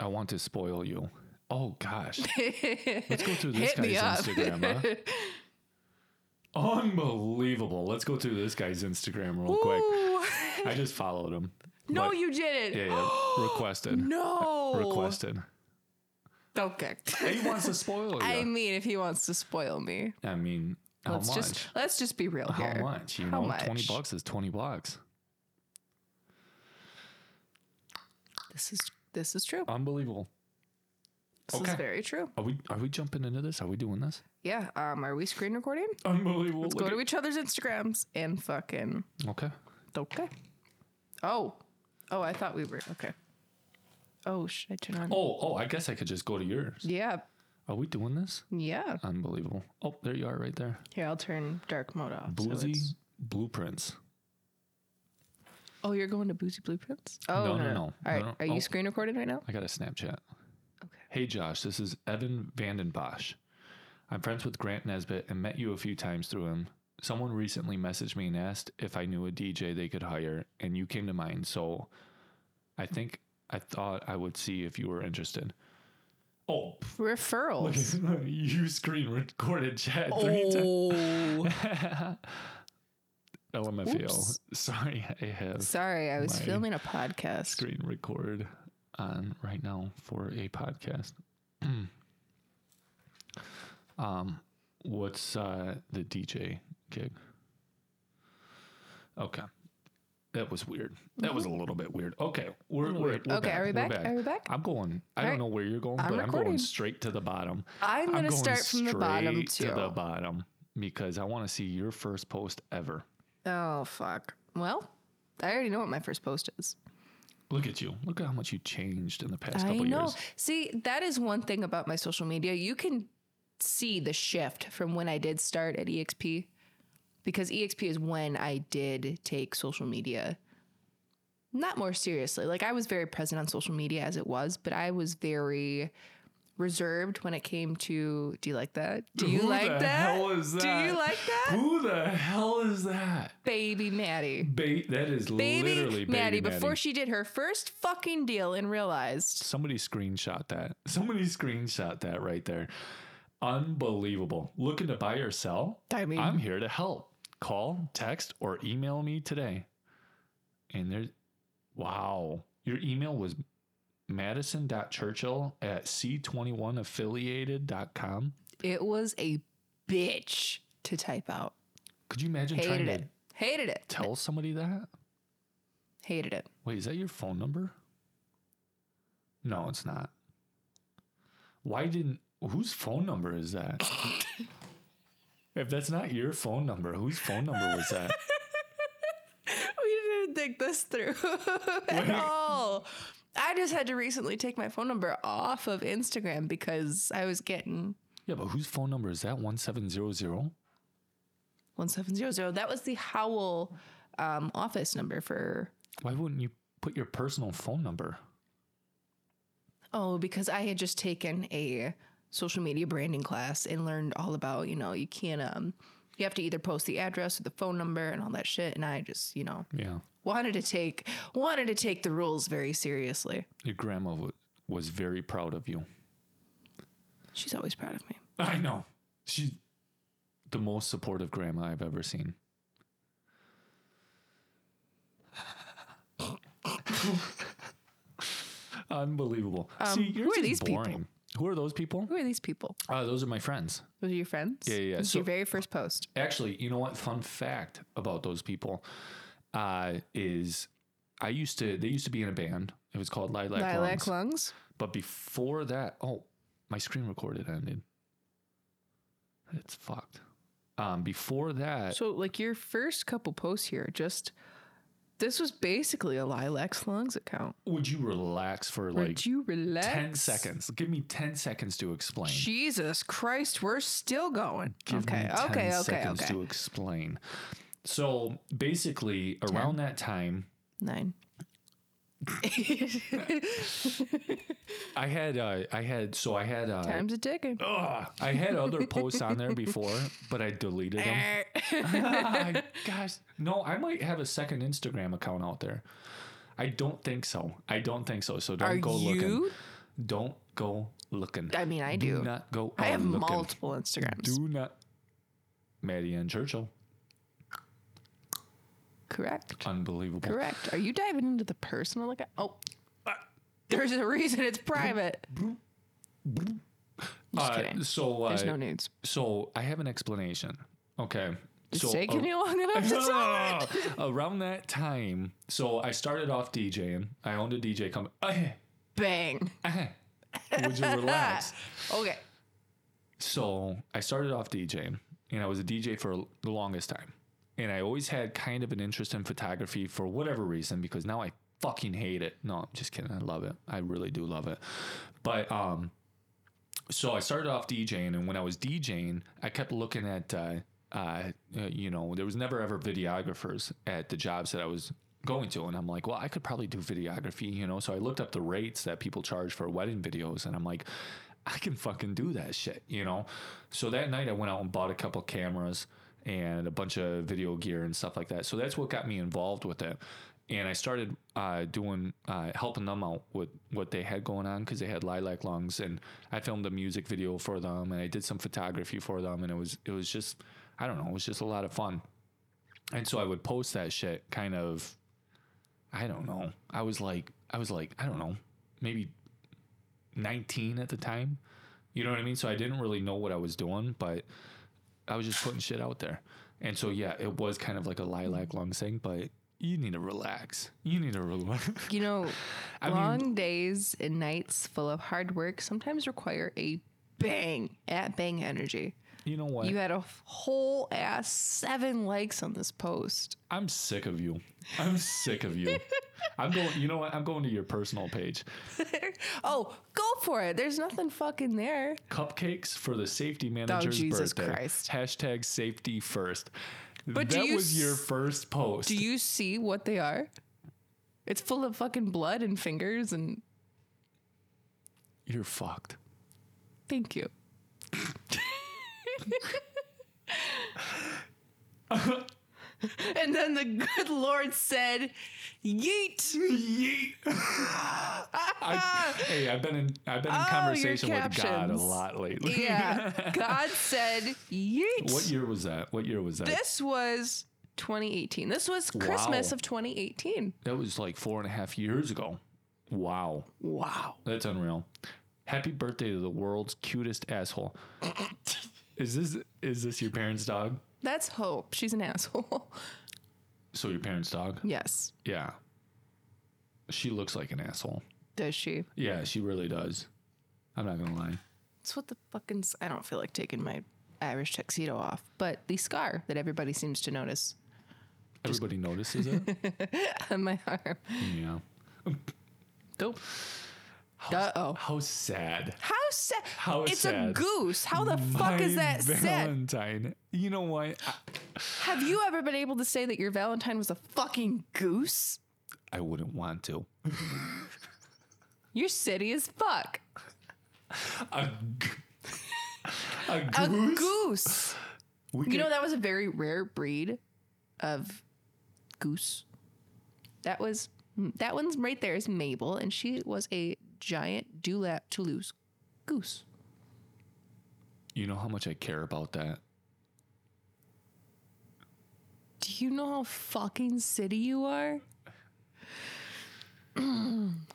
[SPEAKER 1] I want to spoil you. Oh
[SPEAKER 2] <laughs>
[SPEAKER 1] gosh. Let's go through this
[SPEAKER 2] Hit me up.
[SPEAKER 1] guy's
[SPEAKER 2] <laughs>
[SPEAKER 1] Instagram. Huh? unbelievable. Let's go through this guy's Instagram real quick.
[SPEAKER 2] Ooh.
[SPEAKER 1] I just followed him.
[SPEAKER 2] no,
[SPEAKER 1] But-
[SPEAKER 2] you did
[SPEAKER 1] yeah,
[SPEAKER 2] it. <gasps>
[SPEAKER 1] yeah. requested.
[SPEAKER 2] No.
[SPEAKER 1] Requested.
[SPEAKER 2] Okay.
[SPEAKER 1] He wants to
[SPEAKER 2] <laughs>
[SPEAKER 1] spoil you.
[SPEAKER 2] I mean, if he wants to spoil me,
[SPEAKER 1] I mean, how
[SPEAKER 2] let's
[SPEAKER 1] much?
[SPEAKER 2] just let's just be real
[SPEAKER 1] How
[SPEAKER 2] here.
[SPEAKER 1] much? You
[SPEAKER 2] How
[SPEAKER 1] know,
[SPEAKER 2] much?
[SPEAKER 1] twenty bucks is twenty bucks.
[SPEAKER 2] This is this is true.
[SPEAKER 1] Unbelievable.
[SPEAKER 2] This is
[SPEAKER 1] okay.
[SPEAKER 2] very true.
[SPEAKER 1] Are we are we jumping into this? Are we doing this?
[SPEAKER 2] Yeah. Um. Are we screen recording?
[SPEAKER 1] Unbelievable.
[SPEAKER 2] Let's go to each other's Instagrams and fucking.
[SPEAKER 1] okay.
[SPEAKER 2] Okay. Oh. Oh, I thought we were okay. Oh, should I turn on?
[SPEAKER 1] Oh, oh, I guess I could just go to yours.
[SPEAKER 2] Yeah.
[SPEAKER 1] Are we doing this?
[SPEAKER 2] Yeah.
[SPEAKER 1] Unbelievable. Oh, there you are right there.
[SPEAKER 2] Here, I'll turn dark mode off. so
[SPEAKER 1] Boozy
[SPEAKER 2] it's-
[SPEAKER 1] blueprints.
[SPEAKER 2] oh, you're going to Boozy Blueprints? Oh,
[SPEAKER 1] No, no, no.
[SPEAKER 2] All
[SPEAKER 1] No,
[SPEAKER 2] right.
[SPEAKER 1] no.
[SPEAKER 2] Are you
[SPEAKER 1] Oh.
[SPEAKER 2] screen recording right
[SPEAKER 1] <laughs>
[SPEAKER 2] now?
[SPEAKER 1] I got a Snapchat.
[SPEAKER 2] Okay.
[SPEAKER 1] Hey Josh, this is Evan Vandenbosch. I'm friends with Grant Nesbitt and met you a few times through him. Someone recently messaged me and asked if I knew a DJ they could hire, and you came to mind, so I think I thought I would see if you were interested. Oh,
[SPEAKER 2] Referrals.
[SPEAKER 1] <laughs> you screen recorded chat three <laughs>
[SPEAKER 2] Oh.
[SPEAKER 1] times. Oh, LMFAO.
[SPEAKER 2] Oops.
[SPEAKER 1] Sorry, I have
[SPEAKER 2] <laughs> Sorry, I was
[SPEAKER 1] My
[SPEAKER 2] filming a podcast.
[SPEAKER 1] screen record on right now for a podcast. <clears throat> um, what's uh, the DJ gig? Okay, that was weird. That was a little bit weird. Okay, we're, we're,
[SPEAKER 2] weird.
[SPEAKER 1] we're
[SPEAKER 2] Mm-hmm. Okay, are we
[SPEAKER 1] We're
[SPEAKER 2] back? Are we back?
[SPEAKER 1] I'm going. I
[SPEAKER 2] All
[SPEAKER 1] don't
[SPEAKER 2] right.
[SPEAKER 1] know where you're going,
[SPEAKER 2] I'm
[SPEAKER 1] but I'm
[SPEAKER 2] recording.
[SPEAKER 1] going straight to the bottom.
[SPEAKER 2] I'm gonna
[SPEAKER 1] going
[SPEAKER 2] start from the bottom
[SPEAKER 1] straight
[SPEAKER 2] too.
[SPEAKER 1] To the bottom because I want to see your first post ever.
[SPEAKER 2] oh fuck. Well, I already know what my first post is.
[SPEAKER 1] Look at you. Look at how much you changed in the past
[SPEAKER 2] I
[SPEAKER 1] couple
[SPEAKER 2] know.
[SPEAKER 1] years.
[SPEAKER 2] See, that is one thing about my social media. You can see the shift from when I did start at EXP because EXP is when I did take social media not more seriously. Like I was very present on social media as it was, but I was very reserved when it came to do you like that? Do you
[SPEAKER 1] Who
[SPEAKER 2] like
[SPEAKER 1] the
[SPEAKER 2] that?
[SPEAKER 1] hell is
[SPEAKER 2] Do you
[SPEAKER 1] that?
[SPEAKER 2] like that?
[SPEAKER 1] Who the hell is that?
[SPEAKER 2] Baby Maddie.
[SPEAKER 1] Ba- that is
[SPEAKER 2] Baby,
[SPEAKER 1] literally Maddie,
[SPEAKER 2] Maddie, before she did her first fucking deal and realized
[SPEAKER 1] Somebody screenshot that. Somebody screenshot that right there. Unbelievable. Looking to buy or sell?
[SPEAKER 2] I mean
[SPEAKER 1] I'm here to help. Call, text, or email me today. And there's wow. Your email was madison.churchill at c21affiliated.com.
[SPEAKER 2] It was a bitch to type out.
[SPEAKER 1] Could you imagine trying
[SPEAKER 2] Hated
[SPEAKER 1] to
[SPEAKER 2] it. Hated it.
[SPEAKER 1] tell somebody that?
[SPEAKER 2] Hated <laughs> it.
[SPEAKER 1] Wait, is that your phone number? No, it's not. Why didn't whose phone number is that? if that's not your phone number, whose phone number was
[SPEAKER 2] <laughs>
[SPEAKER 1] that?
[SPEAKER 2] We didn't think this through <laughs> at
[SPEAKER 1] Wait.
[SPEAKER 2] all. I just had to recently take my phone number off of Instagram because I was getting
[SPEAKER 1] Yeah, but whose phone number is that? One seven zero zero.
[SPEAKER 2] 1700. That was the Howell um, office number for.
[SPEAKER 1] Why wouldn't you put your personal phone number?
[SPEAKER 2] Oh, because I had just taken a social media branding class and learned all about, you know, you can't, um, you have to either post the address or the phone number and all that shit. And I just, you know,
[SPEAKER 1] Yeah,
[SPEAKER 2] wanted to take, wanted to take the rules very seriously.
[SPEAKER 1] your grandma w- was very proud of you.
[SPEAKER 2] She's always proud of me.
[SPEAKER 1] I know. She's the most supportive grandma I've ever seen. Unbelievable. See, yours
[SPEAKER 2] Um, who are
[SPEAKER 1] is
[SPEAKER 2] these people?
[SPEAKER 1] boring. Who are those people?
[SPEAKER 2] Who are these people?
[SPEAKER 1] Uh, those are my friends.
[SPEAKER 2] Those are your friends?
[SPEAKER 1] Yeah, yeah, yeah.
[SPEAKER 2] This is
[SPEAKER 1] So-
[SPEAKER 2] your very first post.
[SPEAKER 1] Actually, you know what? Fun fact about those people uh, is I used to, they used to be in a band. It was called Lilac,
[SPEAKER 2] Lilac
[SPEAKER 1] Lungs.
[SPEAKER 2] lungs.
[SPEAKER 1] But before that, oh, my screen recorded ended. It's fucked. Um, before that,
[SPEAKER 2] So, like your first couple posts here, just this was basically a Lilac Lungs account.
[SPEAKER 1] would you relax for
[SPEAKER 2] Would
[SPEAKER 1] like
[SPEAKER 2] you relax?
[SPEAKER 1] 10 seconds? Give me 10 seconds to explain.
[SPEAKER 2] Jesus Christ, we're still going.
[SPEAKER 1] Give me
[SPEAKER 2] okay,
[SPEAKER 1] 10
[SPEAKER 2] okay, okay,
[SPEAKER 1] seconds
[SPEAKER 2] okay.
[SPEAKER 1] to explain. So basically, around that time,
[SPEAKER 2] <laughs> Nine.
[SPEAKER 1] I had, uh, I had, so I had, uh,
[SPEAKER 2] Time's a ticking.
[SPEAKER 1] ugh, I had other posts on there before, but I deleted
[SPEAKER 2] <laughs> Eh.
[SPEAKER 1] them. <laughs> Ah, Gosh, no, I might have a second Instagram account out there. I don't think so. I don't think so. So don't
[SPEAKER 2] Are
[SPEAKER 1] go looking.
[SPEAKER 2] you?
[SPEAKER 1] Don't go looking.
[SPEAKER 2] I mean, I
[SPEAKER 1] do
[SPEAKER 2] do.
[SPEAKER 1] not go.
[SPEAKER 2] I
[SPEAKER 1] out
[SPEAKER 2] have
[SPEAKER 1] looking.
[SPEAKER 2] multiple Instagrams.
[SPEAKER 1] Do not. Maddie Ann Churchill,
[SPEAKER 2] Correct.
[SPEAKER 1] unbelievable.
[SPEAKER 2] Correct. Are you diving into the personal account? Oh, there's a reason it's private. Just
[SPEAKER 1] Uh,
[SPEAKER 2] kidding.
[SPEAKER 1] So, uh,
[SPEAKER 2] There's no nudes.
[SPEAKER 1] so I have an explanation. Okay.
[SPEAKER 2] It's
[SPEAKER 1] so,
[SPEAKER 2] taking
[SPEAKER 1] <laughs> uh,
[SPEAKER 2] you long <laughs> enough to tell me.
[SPEAKER 1] around that time, so I started off DJing. I owned a DJ company. <laughs> Uh-huh.
[SPEAKER 2] Bang.
[SPEAKER 1] Would you relax?
[SPEAKER 2] Okay.
[SPEAKER 1] So I started off DJing, and I was a DJ for the longest time. And I always had kind of an interest in photography for whatever reason, because now I fucking hate it. No, I'm just kidding. I love it. I really do love it. But um, so I started off DJing, and when I was DJing, I kept looking at, uh, uh, uh, you know, there was never ever videographers at the jobs that I was going to, and I'm like, well, I could probably do videography, you know. So I looked up the rates that people charge for wedding videos, and I'm like, I can fucking do that shit, you know. So that night, I went out and bought a couple cameras and a bunch of video gear and stuff like that. So that's what got me involved with it. And I started uh, doing, uh, helping them out with what they had going on because they had lilac lungs, and I filmed a music video for them, and I did some photography for them, and it was, it was just, I don't know, it was just a lot of fun. And so I would post that shit, kind of, I don't know. I was like, I was like, I don't know, maybe 19 at the time. You know what I mean? So I didn't really know what I was doing, but I was just putting shit out there. And so, yeah, it was kind of like a lilac lung thing, but you need to relax. You need to relax.
[SPEAKER 2] You know,
[SPEAKER 1] <laughs> I mean-
[SPEAKER 2] long days and nights full of hard work sometimes require a bang at bang energy.
[SPEAKER 1] you know what?
[SPEAKER 2] You had a f- whole ass seven likes on this post. <laughs>
[SPEAKER 1] I'm sick of you. I'm sick of you. I'm going, you know what? I'm going to your personal page.
[SPEAKER 2] oh, go for it. There's nothing fucking there.
[SPEAKER 1] Cupcakes for the safety manager's
[SPEAKER 2] Oh, Jesus
[SPEAKER 1] birthday.
[SPEAKER 2] Christ.
[SPEAKER 1] Hashtag safety first.
[SPEAKER 2] But do
[SPEAKER 1] that
[SPEAKER 2] you
[SPEAKER 1] was your
[SPEAKER 2] s-
[SPEAKER 1] first post.
[SPEAKER 2] Do you see what they are? It's full of fucking blood and fingers and
[SPEAKER 1] You're fucked.
[SPEAKER 2] thank you. and then the good Lord said, Yeet.
[SPEAKER 1] Yeet. I, hey, I've been in I've been in
[SPEAKER 2] Ah. Oh, your
[SPEAKER 1] conversation with God a
[SPEAKER 2] captions.
[SPEAKER 1] lot lately.
[SPEAKER 2] Yeah.
[SPEAKER 1] <laughs>
[SPEAKER 2] God said, Yeet.
[SPEAKER 1] what year was that? What year was that?
[SPEAKER 2] This was 2018. This was Christmas
[SPEAKER 1] Wow.
[SPEAKER 2] of 2018.
[SPEAKER 1] that was like four and a half years ago. Wow,
[SPEAKER 2] Wow.
[SPEAKER 1] that's unreal. Happy birthday to the world's cutest asshole. is this is this your parents' dog?
[SPEAKER 2] That's Hope. She's an asshole.
[SPEAKER 1] So your parents' dog?
[SPEAKER 2] yes.
[SPEAKER 1] Yeah. She looks like an asshole.
[SPEAKER 2] Does she?
[SPEAKER 1] Yeah, she really does. I'm not gonna lie.
[SPEAKER 2] It's what the fucking. s- I don't feel like taking my Irish tuxedo off, but the scar that everybody seems to notice <laughs>
[SPEAKER 1] <laughs> Everybody notices it.
[SPEAKER 2] on my arm.
[SPEAKER 1] yeah. dope. How,
[SPEAKER 2] Uh-oh.
[SPEAKER 1] How sad.
[SPEAKER 2] How sad.
[SPEAKER 1] How
[SPEAKER 2] it's a
[SPEAKER 1] sad.
[SPEAKER 2] goose. How the fuck is
[SPEAKER 1] My
[SPEAKER 2] that sad?
[SPEAKER 1] Valentine. You know what? I,
[SPEAKER 2] Have you ever been able to say that your Valentine was a fucking goose?
[SPEAKER 1] I wouldn't want to.
[SPEAKER 2] You're city as fuck.
[SPEAKER 1] A, g- a
[SPEAKER 2] A
[SPEAKER 1] goose.
[SPEAKER 2] goose.
[SPEAKER 1] We
[SPEAKER 2] You
[SPEAKER 1] could-
[SPEAKER 2] know that was a very rare breed of goose. That was hmm, that one's right there is Mabel, and she was a giant Dulap Toulouse goose.
[SPEAKER 1] you know how much I care about that.
[SPEAKER 2] Do you know how fucking city you are? <clears throat>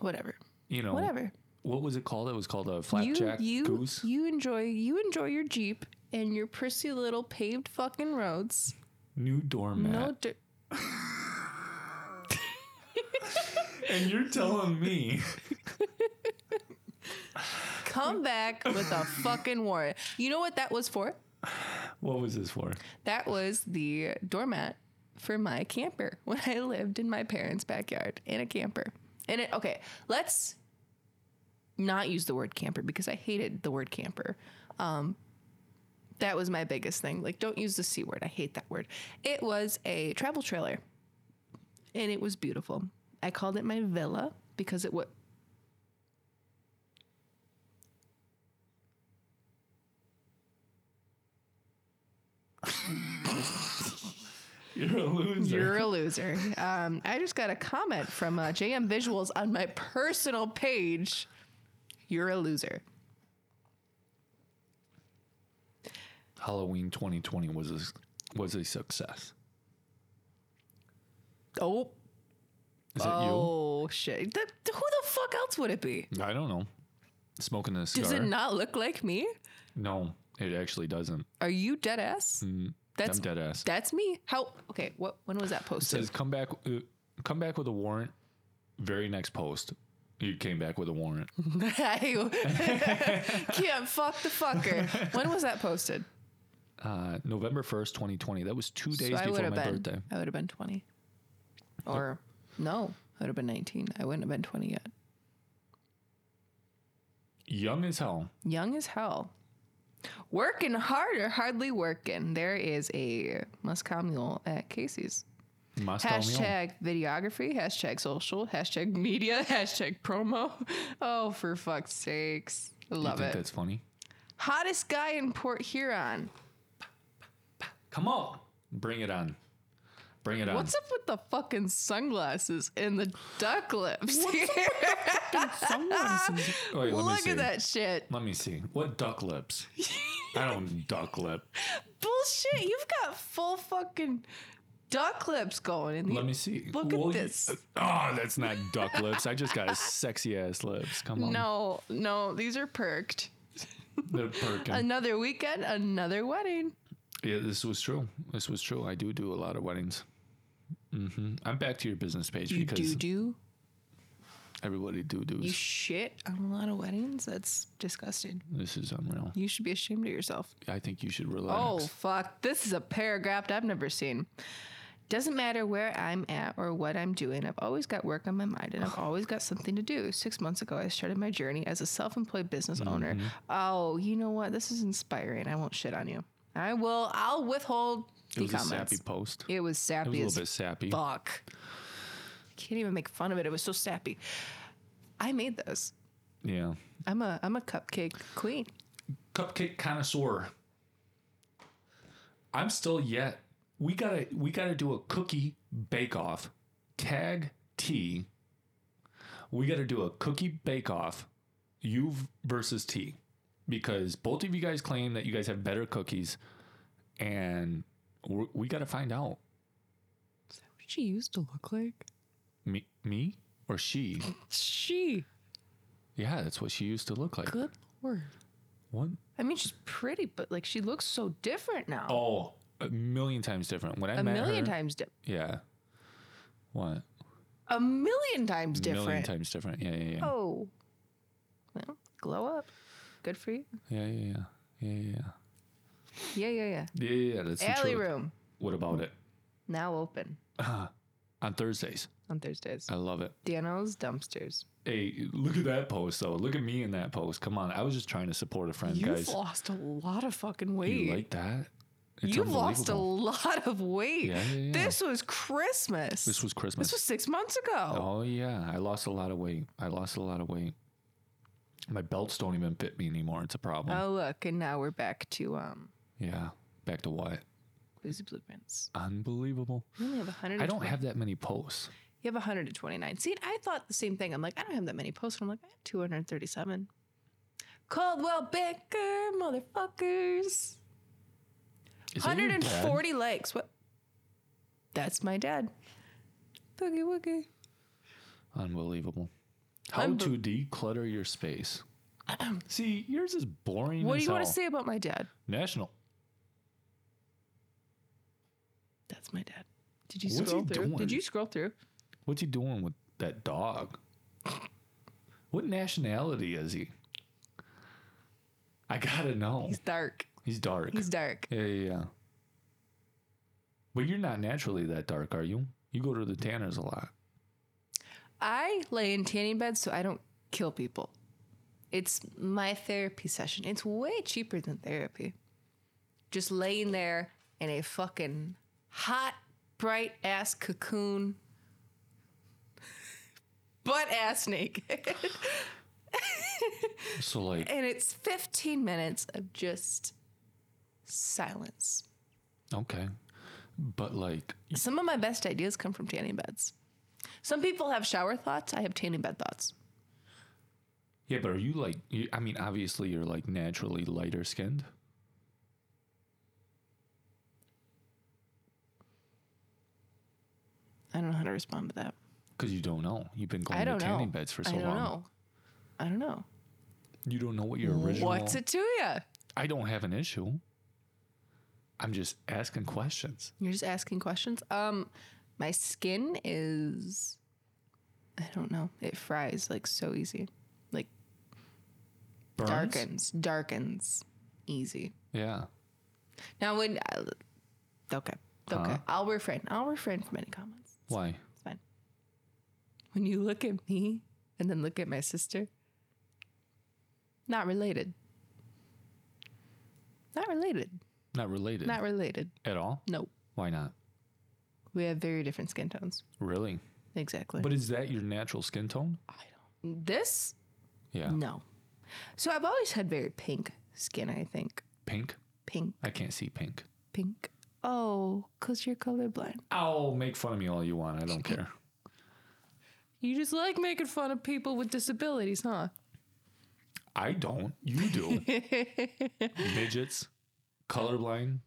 [SPEAKER 2] Whatever.
[SPEAKER 1] You know
[SPEAKER 2] Whatever.
[SPEAKER 1] What was it called? It was called a
[SPEAKER 2] You
[SPEAKER 1] flapjack
[SPEAKER 2] you
[SPEAKER 1] goose.
[SPEAKER 2] you enjoy you enjoy your Jeep and your prissy little paved fucking roads.
[SPEAKER 1] New doormat.
[SPEAKER 2] No dirt.
[SPEAKER 1] and you're telling me
[SPEAKER 2] Come back with a fucking warrant. You know what that was for?
[SPEAKER 1] <laughs> what was this for?
[SPEAKER 2] That was the doormat for my camper <laughs> when I lived in my parents' backyard in a camper. And it, okay, let's not use the word camper because I hated the word camper. Um, that was my biggest thing. Like, don't use the C word. I hate that word. It was a travel trailer and it was beautiful. I called it my villa because it was.
[SPEAKER 1] You're a loser.
[SPEAKER 2] <laughs> You're a loser. Um, I just got a comment from uh, JM Visuals on my personal page. You're a loser.
[SPEAKER 1] Halloween 2020 was a, was a success.
[SPEAKER 2] Oh,
[SPEAKER 1] Is
[SPEAKER 2] oh shit! That, who the fuck else would it be?
[SPEAKER 1] it you? I don't know. Smoking a cigar.
[SPEAKER 2] Does it not look like me?
[SPEAKER 1] no, it actually doesn't.
[SPEAKER 2] Are you dead ass? That's
[SPEAKER 1] Mm-hmm. I'm dead ass.
[SPEAKER 2] that's me. How? Okay. What? When was that
[SPEAKER 1] It
[SPEAKER 2] posted? <laughs>
[SPEAKER 1] says come back, uh, come back with a warrant. Very next post, you came back with a warrant.
[SPEAKER 2] <laughs> Can't fuck
[SPEAKER 1] <laughs>
[SPEAKER 2] the fucker. When was that posted?
[SPEAKER 1] Uh, November first, 2020. That was two days
[SPEAKER 2] so I would
[SPEAKER 1] before
[SPEAKER 2] have
[SPEAKER 1] my
[SPEAKER 2] been.
[SPEAKER 1] birthday.
[SPEAKER 2] I would have been twenty. Or no, I would have been nineteen. I wouldn't have been twenty yet.
[SPEAKER 1] Young as hell.
[SPEAKER 2] Young as hell. Working hard or hardly working. There is a Moscow Mule at Casey's.
[SPEAKER 1] Moscow Mule.
[SPEAKER 2] Hashtag videography, hashtag social, hashtag media, <laughs> hashtag promo. Oh, for fuck's sakes. I
[SPEAKER 1] You
[SPEAKER 2] love
[SPEAKER 1] think
[SPEAKER 2] it.
[SPEAKER 1] that's funny?
[SPEAKER 2] Hottest guy in Port Huron.
[SPEAKER 1] Come on, bring it on, bring it on.
[SPEAKER 2] What's up with the fucking sunglasses and the duck lips? <laughs>
[SPEAKER 1] Sunglasses. Wait, let me
[SPEAKER 2] Look
[SPEAKER 1] see.
[SPEAKER 2] at that shit.
[SPEAKER 1] Let me see. What duck
[SPEAKER 2] <laughs>
[SPEAKER 1] lips? I don't duck lip.
[SPEAKER 2] Bullshit. You've got full fucking duck lips going in the
[SPEAKER 1] Let me see.
[SPEAKER 2] Look at
[SPEAKER 1] Well, you-
[SPEAKER 2] this.
[SPEAKER 1] Oh, that's not duck lips. I just
[SPEAKER 2] <laughs>
[SPEAKER 1] got sexy ass lips. Come on.
[SPEAKER 2] No, no, these are perked.
[SPEAKER 1] They're perking.
[SPEAKER 2] Another weekend, another wedding.
[SPEAKER 1] Yeah, this was true. This was true. I do do a lot of weddings. hmm I'm back to your business page
[SPEAKER 2] You
[SPEAKER 1] because
[SPEAKER 2] do do.
[SPEAKER 1] everybody do
[SPEAKER 2] You
[SPEAKER 1] do's.
[SPEAKER 2] shit on a lot of weddings. That's disgusting.
[SPEAKER 1] this is unreal.
[SPEAKER 2] You should be ashamed of yourself.
[SPEAKER 1] I think you should relax.
[SPEAKER 2] Oh fuck! This is a paragraph I've never seen. Doesn't matter where I'm at or what I'm doing. I've always got work on my mind,
[SPEAKER 1] <sighs>
[SPEAKER 2] and I've always got something to do. Six months ago, I started my journey as a self-employed business owner.
[SPEAKER 1] Mm-hmm.
[SPEAKER 2] Oh, you know what? This is inspiring. I won't shit on you. I will. I'll withhold
[SPEAKER 1] it
[SPEAKER 2] the
[SPEAKER 1] was a
[SPEAKER 2] comments.
[SPEAKER 1] sappy post.
[SPEAKER 2] It was
[SPEAKER 1] It
[SPEAKER 2] sappy
[SPEAKER 1] was a
[SPEAKER 2] as
[SPEAKER 1] little bit sappy.
[SPEAKER 2] Fuck. Can't even make fun of it. It was so sappy. I made this.
[SPEAKER 1] Yeah.
[SPEAKER 2] I'm a I'm a cupcake queen.
[SPEAKER 1] Cupcake connoisseur. I'm still yet. We gotta we gotta do a cookie bake off. Tag T. We gotta do a cookie bake off. You v- versus T. Because both of you guys claim that you guys have better cookies, and we we gotta find out.
[SPEAKER 2] What she used to look like?
[SPEAKER 1] Me, me or she?
[SPEAKER 2] She.
[SPEAKER 1] Yeah, that's what she used to look like.
[SPEAKER 2] Good lord.
[SPEAKER 1] What?
[SPEAKER 2] I mean, she's pretty, but like she looks so different now.
[SPEAKER 1] Oh, a million times different. When I
[SPEAKER 2] a
[SPEAKER 1] met
[SPEAKER 2] million
[SPEAKER 1] her,
[SPEAKER 2] times different.
[SPEAKER 1] Yeah. What?
[SPEAKER 2] A million times
[SPEAKER 1] Million
[SPEAKER 2] different.
[SPEAKER 1] times different. Yeah, yeah, yeah.
[SPEAKER 2] Oh. Well, glow up. Good for you.
[SPEAKER 1] Yeah, yeah, yeah, yeah, yeah.
[SPEAKER 2] Yeah, yeah, yeah.
[SPEAKER 1] Yeah, yeah, yeah, that's the
[SPEAKER 2] Alley
[SPEAKER 1] truth.
[SPEAKER 2] room
[SPEAKER 1] What about it
[SPEAKER 2] now open.
[SPEAKER 1] <sighs> on Thursdays?
[SPEAKER 2] on Thursdays.
[SPEAKER 1] I love it.
[SPEAKER 2] Dano's dumpsters.
[SPEAKER 1] Hey, look at that post though. Look at me in that post. Come on. I was just trying to support a friend,
[SPEAKER 2] You've
[SPEAKER 1] guys.
[SPEAKER 2] lost a lot of fucking
[SPEAKER 1] You
[SPEAKER 2] weight.
[SPEAKER 1] like that?
[SPEAKER 2] You've lost a
[SPEAKER 1] unbelievable.
[SPEAKER 2] lot of weight.
[SPEAKER 1] Yeah, yeah, yeah.
[SPEAKER 2] This was Christmas.
[SPEAKER 1] This was Christmas.
[SPEAKER 2] This was six months ago.
[SPEAKER 1] Oh yeah, I lost a lot of weight. I lost a lot of weight. My belts don't even fit me anymore. It's a
[SPEAKER 2] Oh,
[SPEAKER 1] problem.
[SPEAKER 2] look, and now we're back to um
[SPEAKER 1] Yeah. Back to what?
[SPEAKER 2] Boozy Blueprints.
[SPEAKER 1] Unbelievable.
[SPEAKER 2] You only have 100.
[SPEAKER 1] I don't have that many posts.
[SPEAKER 2] You have 129. See, I thought the same thing. I'm like, I don't have that many posts. And I'm like, I have 237. Caldwell Banker, motherfuckers.
[SPEAKER 1] Is that your dad?
[SPEAKER 2] 140 likes. What? That's my dad. Boogie woogie.
[SPEAKER 1] Unbelievable. How to declutter your
[SPEAKER 2] <clears throat>
[SPEAKER 1] space. See, yours is boring.
[SPEAKER 2] What
[SPEAKER 1] as
[SPEAKER 2] do you want to
[SPEAKER 1] hell.
[SPEAKER 2] say about my dad?
[SPEAKER 1] National.
[SPEAKER 2] That's my dad. Did you
[SPEAKER 1] What's he
[SPEAKER 2] scroll through?
[SPEAKER 1] doing?
[SPEAKER 2] Did you scroll through?
[SPEAKER 1] What's he doing with that dog? What nationality is he? I gotta know.
[SPEAKER 2] He's dark.
[SPEAKER 1] He's dark.
[SPEAKER 2] He's dark.
[SPEAKER 1] Yeah, yeah, yeah. But you're not naturally that dark, are you? You go to the tanners a lot.
[SPEAKER 2] I lay in tanning beds so I don't kill people. It's my therapy session. It's way cheaper than therapy. Just laying there in a fucking hot, bright ass cocoon, <laughs> butt ass naked. <laughs>
[SPEAKER 1] So like,
[SPEAKER 2] and it's 15 minutes of just silence.
[SPEAKER 1] okay, but like,
[SPEAKER 2] Some of my best ideas come from tanning beds. Some people have shower thoughts. I have tanning bed thoughts.
[SPEAKER 1] yeah, but are you like? You, I mean, obviously you're like naturally lighter skinned.
[SPEAKER 2] I don't know how to respond to that.
[SPEAKER 1] Because you don't know. You've been going
[SPEAKER 2] I
[SPEAKER 1] to
[SPEAKER 2] don't know.
[SPEAKER 1] tanning beds for so
[SPEAKER 2] I don't
[SPEAKER 1] long.
[SPEAKER 2] know. I don't know.
[SPEAKER 1] You don't know what your original.
[SPEAKER 2] What's it to you?
[SPEAKER 1] I don't have an issue. I'm just asking questions.
[SPEAKER 2] You're just asking questions. Um, my skin is, I don't know. It fries like so easy, like
[SPEAKER 1] Burns?
[SPEAKER 2] darkens, darkens, easy.
[SPEAKER 1] Yeah.
[SPEAKER 2] Now when, I, okay, okay,
[SPEAKER 1] Huh?
[SPEAKER 2] I'll refrain. I'll refrain from any comments.
[SPEAKER 1] Why?
[SPEAKER 2] It's fine. When you look at me and then look at my sister, not related. Not related.
[SPEAKER 1] Not related
[SPEAKER 2] Not related.
[SPEAKER 1] at all.
[SPEAKER 2] Nope.
[SPEAKER 1] Why not?
[SPEAKER 2] We have very different skin tones.
[SPEAKER 1] Really?
[SPEAKER 2] Exactly.
[SPEAKER 1] But is that your natural skin tone?
[SPEAKER 2] this?
[SPEAKER 1] Yeah.
[SPEAKER 2] No. So I've always had very pink skin, I think.
[SPEAKER 1] Pink.
[SPEAKER 2] Pink,
[SPEAKER 1] I can't see pink.
[SPEAKER 2] pink. Oh, because you're colorblind.
[SPEAKER 1] Ow, make fun of me all you want. I
[SPEAKER 2] <laughs>
[SPEAKER 1] don't care.
[SPEAKER 2] You just like making fun of people with disabilities, <laughs> huh?
[SPEAKER 1] I don't. You
[SPEAKER 2] <laughs>
[SPEAKER 1] do. Midgets, colorblind,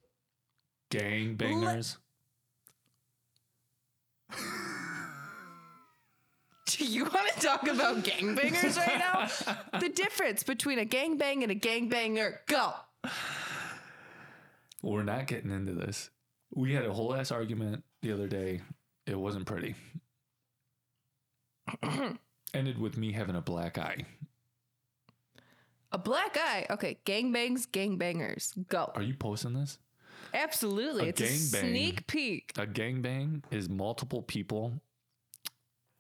[SPEAKER 1] gang bangers.
[SPEAKER 2] Do you want to talk about gangbangers right <laughs> now? the difference between a gangbang and a gangbanger. Go.
[SPEAKER 1] We're not getting into this. We had a whole ass argument the other day. It wasn't
[SPEAKER 2] <clears throat>
[SPEAKER 1] pretty. Ended with me having a black eye.
[SPEAKER 2] A black eye. Okay, gangbangs, gangbangers. Go.
[SPEAKER 1] Are you posting this?
[SPEAKER 2] Absolutely.
[SPEAKER 1] A
[SPEAKER 2] it's a
[SPEAKER 1] gangbang.
[SPEAKER 2] sneak peek.
[SPEAKER 1] A gangbang is multiple people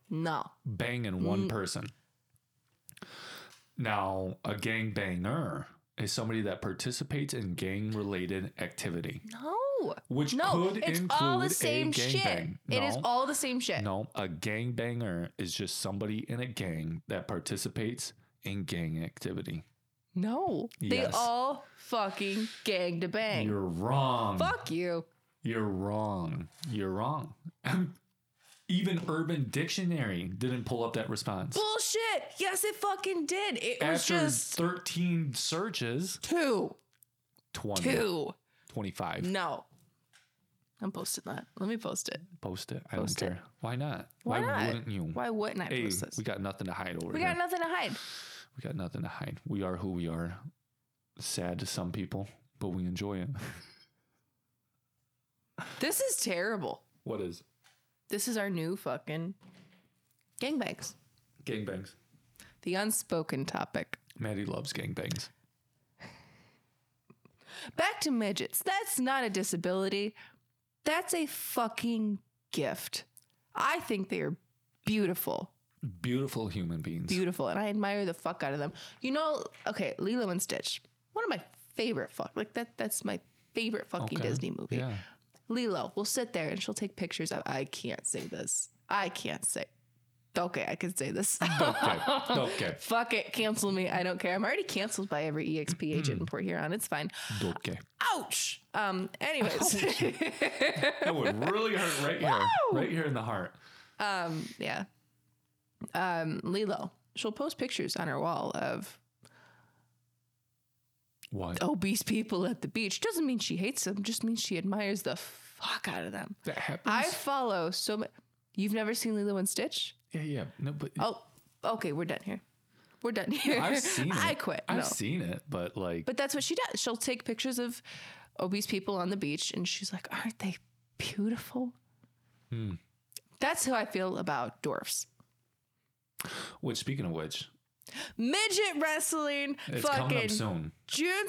[SPEAKER 2] No.
[SPEAKER 1] banging one
[SPEAKER 2] Mm.
[SPEAKER 1] person. Now, a gangbanger is somebody that participates in gang related activity,
[SPEAKER 2] No.
[SPEAKER 1] which
[SPEAKER 2] No,
[SPEAKER 1] could
[SPEAKER 2] it's
[SPEAKER 1] include
[SPEAKER 2] all the
[SPEAKER 1] a
[SPEAKER 2] same shit.
[SPEAKER 1] gangbang.
[SPEAKER 2] It is
[SPEAKER 1] No,
[SPEAKER 2] all the same shit.
[SPEAKER 1] no, a gangbanger is just somebody in a gang that participates in gang activity.
[SPEAKER 2] No. They
[SPEAKER 1] Yes.
[SPEAKER 2] all fucking gang to bang.
[SPEAKER 1] You're wrong.
[SPEAKER 2] Fuck you.
[SPEAKER 1] You're wrong. You're wrong. <laughs> Even Urban Dictionary didn't pull up that response.
[SPEAKER 2] Bullshit. Yes, it fucking did. It was
[SPEAKER 1] After
[SPEAKER 2] just
[SPEAKER 1] 13 searches,
[SPEAKER 2] two.
[SPEAKER 1] 20.
[SPEAKER 2] Two.
[SPEAKER 1] 25.
[SPEAKER 2] No. I'm posting that. Let me post it.
[SPEAKER 1] Post it. I
[SPEAKER 2] Post it.
[SPEAKER 1] don't care. Why not?
[SPEAKER 2] Why not?
[SPEAKER 1] wouldn't you?
[SPEAKER 2] Why wouldn't I
[SPEAKER 1] hey,
[SPEAKER 2] post this?
[SPEAKER 1] we got nothing to hide over
[SPEAKER 2] We
[SPEAKER 1] here.
[SPEAKER 2] got nothing to hide.
[SPEAKER 1] we got nothing to hide. We are who we are. Sad to some people, but we enjoy it. <laughs>
[SPEAKER 2] This is terrible.
[SPEAKER 1] what is?
[SPEAKER 2] This is our new fucking gangbangs.
[SPEAKER 1] Gangbangs.
[SPEAKER 2] The unspoken topic.
[SPEAKER 1] Maddie loves gangbangs.
[SPEAKER 2] Back to midgets. That's not a disability. That's a fucking gift. I think they are beautiful,
[SPEAKER 1] Beautiful human beings.
[SPEAKER 2] beautiful, and I admire the fuck out of them. You know, okay, Lilo and Stitch, one of my favorite fuck like that. That's my favorite fucking
[SPEAKER 1] Okay.
[SPEAKER 2] Disney movie.
[SPEAKER 1] Yeah.
[SPEAKER 2] Lilo will sit there and she'll take pictures of. I can't say this. I can't say. Okay, I can say this.
[SPEAKER 1] Okay. <laughs> okay.
[SPEAKER 2] Fuck it, cancel me. I don't care. I'm already canceled by every EXP agent in Port Huron. It's fine.
[SPEAKER 1] Okay.
[SPEAKER 2] Ouch. Um. Anyways.
[SPEAKER 1] That would really hurt right here. Right here in the heart.
[SPEAKER 2] <laughs> um. Yeah. Um. Lilo. She'll post pictures on her wall of
[SPEAKER 1] What?
[SPEAKER 2] obese people at the beach. Doesn't mean she hates them. Just means she admires the fuck out of them.
[SPEAKER 1] That happens?
[SPEAKER 2] I follow so much. You've never seen Lilo and Stitch?
[SPEAKER 1] yeah, yeah. No, but
[SPEAKER 2] Oh, okay. We're done here. We're done here.
[SPEAKER 1] I've seen it.
[SPEAKER 2] <laughs> I quit.
[SPEAKER 1] I've
[SPEAKER 2] no.
[SPEAKER 1] seen it, but like
[SPEAKER 2] But that's what she does. She'll take pictures of obese people on the beach and she's like, aren't they beautiful?
[SPEAKER 1] Hmm.
[SPEAKER 2] That's how I feel about dwarfs.
[SPEAKER 1] which speaking of which,
[SPEAKER 2] Midget wrestling,
[SPEAKER 1] it's coming
[SPEAKER 2] fucking
[SPEAKER 1] up soon.
[SPEAKER 2] June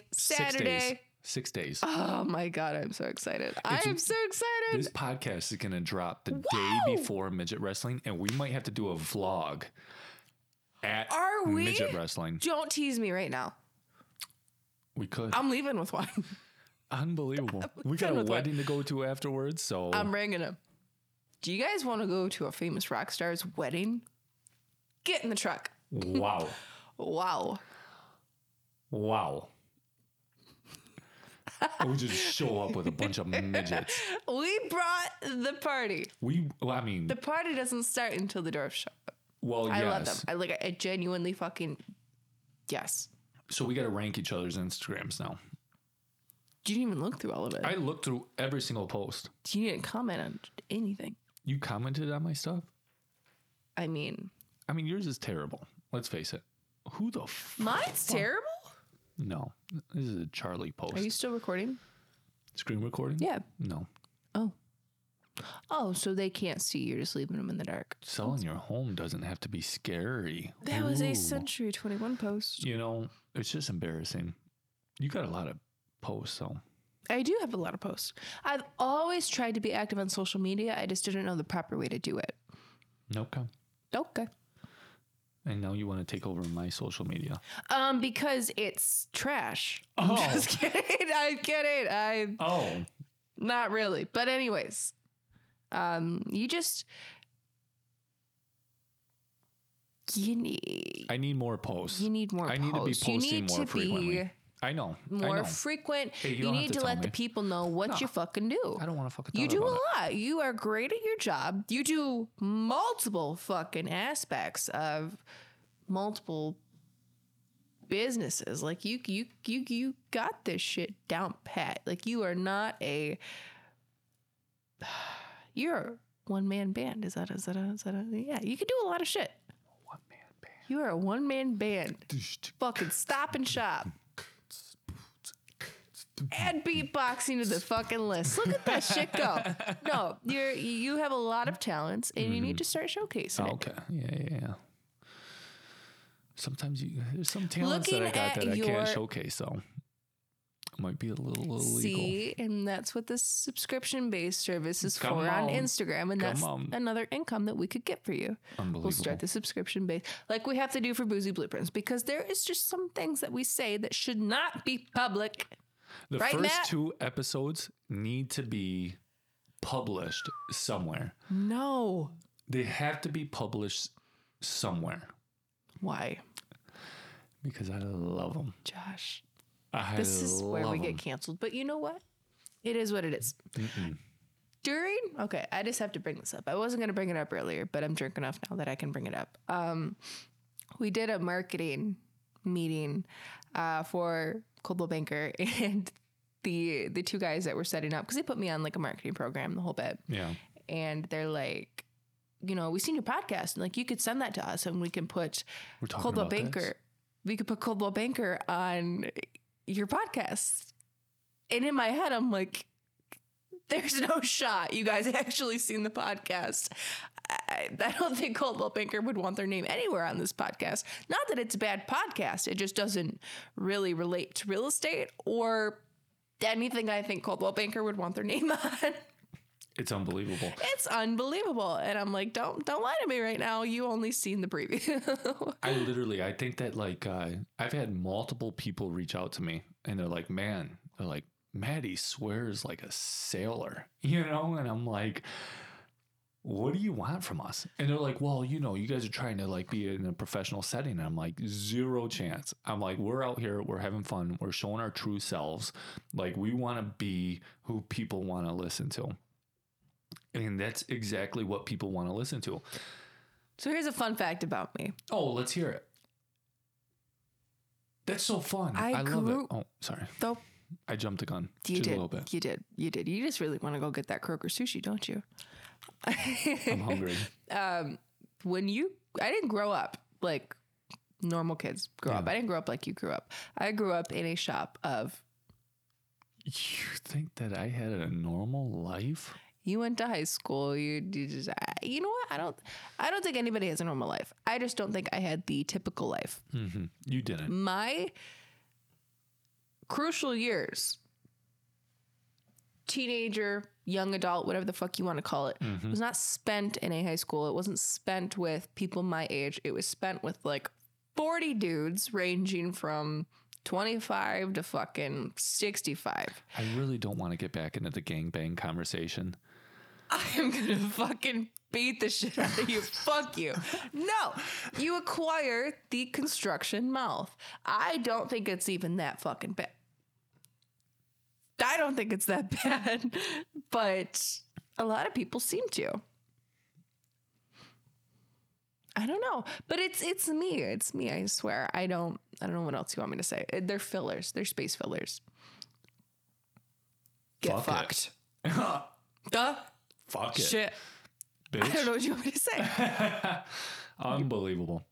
[SPEAKER 1] Six days.
[SPEAKER 2] Saturday.
[SPEAKER 1] Six days.
[SPEAKER 2] Oh my God, I'm so excited. I
[SPEAKER 1] It's-
[SPEAKER 2] am so excited.
[SPEAKER 1] this podcast is going to drop the
[SPEAKER 2] Whoa!
[SPEAKER 1] day before midget wrestling, and we might have to do a vlog at
[SPEAKER 2] Are we?
[SPEAKER 1] midget wrestling.
[SPEAKER 2] Don't tease me right now.
[SPEAKER 1] We could.
[SPEAKER 2] I'm leaving with one.
[SPEAKER 1] Oh.
[SPEAKER 2] Uh,
[SPEAKER 1] Unbelievable. We got
[SPEAKER 2] done
[SPEAKER 1] a
[SPEAKER 2] with that.
[SPEAKER 1] wedding to go to afterwards, so
[SPEAKER 2] I'm bringing him. Do you guys want to go to a famous rock star's wedding? Get in the truck.
[SPEAKER 1] wow.
[SPEAKER 2] Wow.
[SPEAKER 1] Wow. we just show up with a bunch of midgets.
[SPEAKER 2] We brought the party.
[SPEAKER 1] We, well, I mean,
[SPEAKER 2] The party doesn't start until the dwarfs show up.
[SPEAKER 1] well,
[SPEAKER 2] I
[SPEAKER 1] yes.
[SPEAKER 2] love them. I like. I genuinely fucking yes.
[SPEAKER 1] So we got to rank each other's Instagrams now.
[SPEAKER 2] You didn't even look through all of it.
[SPEAKER 1] I looked through every single post.
[SPEAKER 2] you didn't comment on anything.
[SPEAKER 1] You commented on my stuff.
[SPEAKER 2] I mean,
[SPEAKER 1] I mean, yours is terrible. Let's face it. Who the f-
[SPEAKER 2] mine's terrible.
[SPEAKER 1] no? This is a Charlie post.
[SPEAKER 2] Are you still recording?
[SPEAKER 1] Screen recording?
[SPEAKER 2] Yeah.
[SPEAKER 1] No.
[SPEAKER 2] Oh. Oh, so they can't see. You're just leaving them in the dark.
[SPEAKER 1] Selling your home doesn't have to be scary.
[SPEAKER 2] That was a
[SPEAKER 1] Ooh.
[SPEAKER 2] Century 21 post.
[SPEAKER 1] You know, it's just embarrassing. You got a lot of posts, though.
[SPEAKER 2] I do have a lot of posts. I've always tried to be active on social media. I just didn't know the proper way to do it.
[SPEAKER 1] No come.
[SPEAKER 2] Okay.
[SPEAKER 1] And now you want to take over my social media.
[SPEAKER 2] Um, because it's trash.
[SPEAKER 1] Oh.
[SPEAKER 2] I'm <laughs> just kidding. I get it. I
[SPEAKER 1] <laughs> Oh.
[SPEAKER 2] not really. But anyways, um, you just you need
[SPEAKER 1] I need more posts.
[SPEAKER 2] you need more.
[SPEAKER 1] I need to be
[SPEAKER 2] posts. You
[SPEAKER 1] posting
[SPEAKER 2] need
[SPEAKER 1] more
[SPEAKER 2] to
[SPEAKER 1] frequently.
[SPEAKER 2] Be
[SPEAKER 1] I know. I
[SPEAKER 2] more
[SPEAKER 1] know.
[SPEAKER 2] frequent.
[SPEAKER 1] Hey, you
[SPEAKER 2] you
[SPEAKER 1] don't have
[SPEAKER 2] need
[SPEAKER 1] to
[SPEAKER 2] to,
[SPEAKER 1] tell
[SPEAKER 2] let the
[SPEAKER 1] me.
[SPEAKER 2] people know what
[SPEAKER 1] No.
[SPEAKER 2] you fucking do.
[SPEAKER 1] I don't want to fucking talk
[SPEAKER 2] You do
[SPEAKER 1] about
[SPEAKER 2] a
[SPEAKER 1] it.
[SPEAKER 2] lot. You are great at your job. You do multiple fucking aspects of multiple businesses. Like you you you you got this shit down pat. Like you are not a <sighs> you're a one man band. Is that is that a, is that a, yeah, you can do a lot of shit.
[SPEAKER 1] One man band.
[SPEAKER 2] You are a one man band. Fucking stop and shop. Add beatboxing to the fucking list. Look at that shit
[SPEAKER 1] <laughs>
[SPEAKER 2] go. No, you're you have a lot of talents and you need to start showcasing it.
[SPEAKER 1] Oh, Okay. Yeah, yeah, yeah. Sometimes you there's some talents
[SPEAKER 2] Looking
[SPEAKER 1] that I got
[SPEAKER 2] at
[SPEAKER 1] that I
[SPEAKER 2] your-
[SPEAKER 1] can't showcase, so might be a little illegal.
[SPEAKER 2] See, and that's what this subscription based service is
[SPEAKER 1] Come
[SPEAKER 2] for on.
[SPEAKER 1] on.
[SPEAKER 2] Instagram,
[SPEAKER 1] Come
[SPEAKER 2] and that's
[SPEAKER 1] on.
[SPEAKER 2] another income that we could get for you.
[SPEAKER 1] Unbelievable.
[SPEAKER 2] We'll start the subscription base like we have to do for Boozy Blueprints because there is just some things that we say that should not be public.
[SPEAKER 1] the
[SPEAKER 2] right,
[SPEAKER 1] first
[SPEAKER 2] Matt?
[SPEAKER 1] two episodes need to be published somewhere.
[SPEAKER 2] No.
[SPEAKER 1] They have to be published somewhere
[SPEAKER 2] Why?
[SPEAKER 1] because I love them.
[SPEAKER 2] Josh.
[SPEAKER 1] I
[SPEAKER 2] This is where we
[SPEAKER 1] love
[SPEAKER 2] get
[SPEAKER 1] 'em.
[SPEAKER 2] canceled. But you know what? It is what it is.
[SPEAKER 1] Mm-mm.
[SPEAKER 2] During okay, I just have to bring this up. I wasn't gonna bring it up earlier, but I'm drunk enough now that I can bring it up. Um, we did a marketing meeting uh, for Coldwell Banker <laughs> and the the two guys that were setting up because they put me on like a marketing program the whole bit,
[SPEAKER 1] Yeah.
[SPEAKER 2] and they're like, you know, we seen your podcast and like you could send that to us and we can put
[SPEAKER 1] We're talking
[SPEAKER 2] Coldwell
[SPEAKER 1] about this?
[SPEAKER 2] Banker. We could put Coldwell Banker on your podcast. And in my head, I'm like, there's no shot. You guys <laughs> actually seen the podcast. I, I don't think Coldwell Banker would want their name anywhere on this podcast. Not that it's a bad podcast, it just doesn't really relate to <laughs> real estate or anything I think Coldwell Banker would want their name on.
[SPEAKER 1] It's unbelievable.
[SPEAKER 2] It's unbelievable. And I'm like, don't don't lie to me right now. You only seen the preview. <laughs>
[SPEAKER 1] I literally, I think that like uh, I've had multiple people reach out to me, and they're like, "Man, they're like, Maddie swears like a sailor," <laughs> you know, and I'm like. What do you want from us? And they're like, well, you know, you guys are trying to like be in a professional setting. And I'm like, zero chance. I'm like, we're out here, we're having fun, we're showing our true selves. Like, we want to be who people want to listen to. And that's exactly what people want to listen to.
[SPEAKER 2] so here's a fun fact about me.
[SPEAKER 1] Oh, let's hear it. That's so fun. I,
[SPEAKER 2] I
[SPEAKER 1] love it.
[SPEAKER 2] grew-
[SPEAKER 1] Oh, sorry.
[SPEAKER 2] Though
[SPEAKER 1] I jumped the gun
[SPEAKER 2] you
[SPEAKER 1] just a
[SPEAKER 2] did,
[SPEAKER 1] little bit.
[SPEAKER 2] you did, you did. You just really want to go get that croaker sushi, don't you?
[SPEAKER 1] I'm hungry.
[SPEAKER 2] <laughs> um, when you I didn't grow up like normal kids grow up.
[SPEAKER 1] Yeah.
[SPEAKER 2] I didn't grow up like you grew up. I grew up in a shop of
[SPEAKER 1] you think that I had a normal life?
[SPEAKER 2] you went to high school. You, you just I- you know what? I don't I don't think anybody has a normal life. I just don't think I had the typical life.
[SPEAKER 1] hmm You didn't.
[SPEAKER 2] My crucial years, teenager, young adult, whatever the fuck you want to call it,
[SPEAKER 1] Mhm.
[SPEAKER 2] was not spent in a high school. It wasn't spent with people my age. It was spent with like 40 dudes ranging from 25 to fucking 65.
[SPEAKER 1] I really don't want to get back into the gangbang conversation. <laughs>
[SPEAKER 2] I am gonna fucking beat the shit out of you. Fuck you. No, you acquire the construction mouth. I don't think it's even that fucking bad. I don't think it's that <laughs> bad, but a lot of people seem to. I don't know, but it's it's me. It's me. I swear. I don't. I don't know what else you want me to say. Uh, They're fillers. They're space fillers. Get
[SPEAKER 1] Fuck
[SPEAKER 2] fucked. Duh.
[SPEAKER 1] Fuck it,
[SPEAKER 2] Shit. I
[SPEAKER 1] bitch.
[SPEAKER 2] don't know what you want me to say.
[SPEAKER 1] Unbelievable.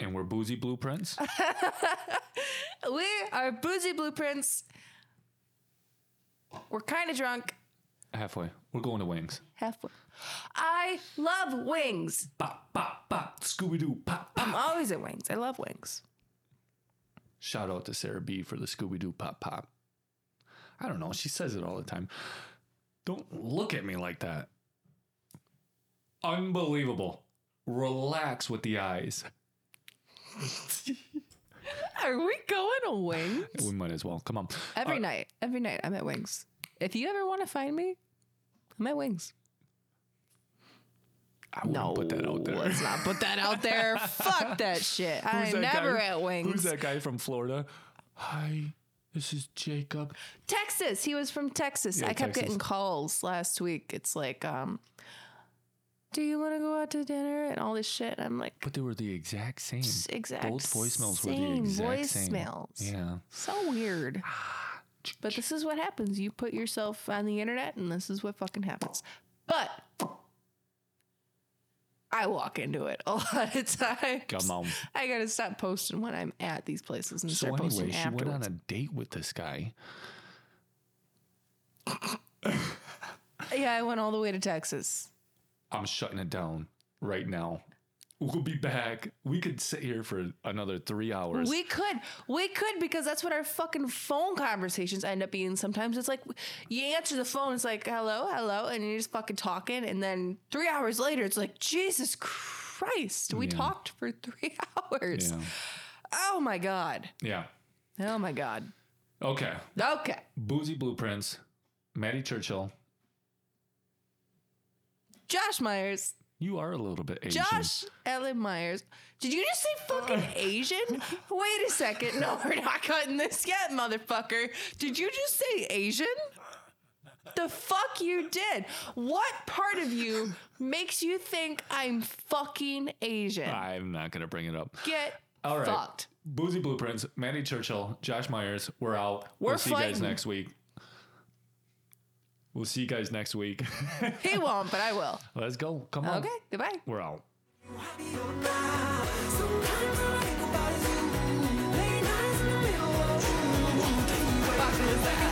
[SPEAKER 1] And we're boozy
[SPEAKER 2] <laughs>
[SPEAKER 1] blueprints.
[SPEAKER 2] <laughs> we are boozy blueprints. We're kind of drunk.
[SPEAKER 1] Halfway. We're going to wings.
[SPEAKER 2] Halfway. I love wings.
[SPEAKER 1] Bop, bop, bop. Scooby Doo. Pop, pop.
[SPEAKER 2] I'm always at wings. I love wings.
[SPEAKER 1] Shout out to Sarah B for the Scooby Doo pop pop. I don't know. She says it all the time. Don't look at me like that. Unbelievable. Relax with the eyes.
[SPEAKER 2] Are we going to wings?
[SPEAKER 1] We might as well. Come on.
[SPEAKER 2] Every
[SPEAKER 1] Uh,
[SPEAKER 2] night. Every night I'm at wings. If you ever want to find me, I'm at wings.
[SPEAKER 1] I wouldn't put that out <laughs> there.
[SPEAKER 2] Let's not put that out <laughs> there. Fuck that shit.
[SPEAKER 1] that
[SPEAKER 2] I'm
[SPEAKER 1] guy?
[SPEAKER 2] never at wings.
[SPEAKER 1] Who's that guy from Florida? Hi, this is Jacob.
[SPEAKER 2] Texas. He was from Texas.
[SPEAKER 1] Yeah,
[SPEAKER 2] I kept
[SPEAKER 1] Texas.
[SPEAKER 2] getting calls last week. It's like, um, do you want to go out to dinner and all this shit? I'm like,
[SPEAKER 1] But they were the exact same.
[SPEAKER 2] "S- exact.
[SPEAKER 1] Both voicemails were the
[SPEAKER 2] same
[SPEAKER 1] exact
[SPEAKER 2] voicemails.
[SPEAKER 1] same. Yeah.
[SPEAKER 2] So weird. Ah. But this is what happens. You put yourself on the internet, and this is what fucking happens. But I walk into it a <laughs> lot of times.
[SPEAKER 1] Come on.
[SPEAKER 2] I gotta stop posting when I'm at these places and
[SPEAKER 1] So
[SPEAKER 2] start
[SPEAKER 1] anyway,
[SPEAKER 2] posting
[SPEAKER 1] she
[SPEAKER 2] afterwards.
[SPEAKER 1] went on a date with this guy.
[SPEAKER 2] yeah, I went all the way to Texas.
[SPEAKER 1] I'm shutting it down right now. We'll be back. We could sit here for another three hours.
[SPEAKER 2] We could. We could because that's what our fucking phone conversations end up being sometimes. It's like you answer the phone, it's like, hello, hello, and you're just fucking talking. And then three hours later, it's like, Jesus Christ, we
[SPEAKER 1] Yeah.
[SPEAKER 2] talked for <laughs> three hours.
[SPEAKER 1] yeah.
[SPEAKER 2] Oh my God.
[SPEAKER 1] yeah.
[SPEAKER 2] Oh my God.
[SPEAKER 1] Okay.
[SPEAKER 2] Okay.
[SPEAKER 1] Boozy Blueprints, Maddie Churchill.
[SPEAKER 2] Josh Myers.
[SPEAKER 1] You are a little bit Asian.
[SPEAKER 2] Josh Ellen Myers. Did you just say fucking Asian? Wait a second. No, we're not cutting this yet, motherfucker. Did you just say Asian? The fuck you did. What part of you makes you think I'm fucking Asian?
[SPEAKER 1] I'm not going to bring it up.
[SPEAKER 2] Get
[SPEAKER 1] All right.
[SPEAKER 2] fucked.
[SPEAKER 1] Boozy Blueprints, Mandy Churchill, Josh Myers. We're out.
[SPEAKER 2] We're
[SPEAKER 1] we'll see you guys
[SPEAKER 2] fighting.
[SPEAKER 1] next week. We'll see you guys next week. <laughs>
[SPEAKER 2] He won't, but I will.
[SPEAKER 1] Let's go. Come on.
[SPEAKER 2] Okay, goodbye.
[SPEAKER 1] We're out.
[SPEAKER 3] Sometimes I think about you. Late nights in the middle of June. Fuck, it was like a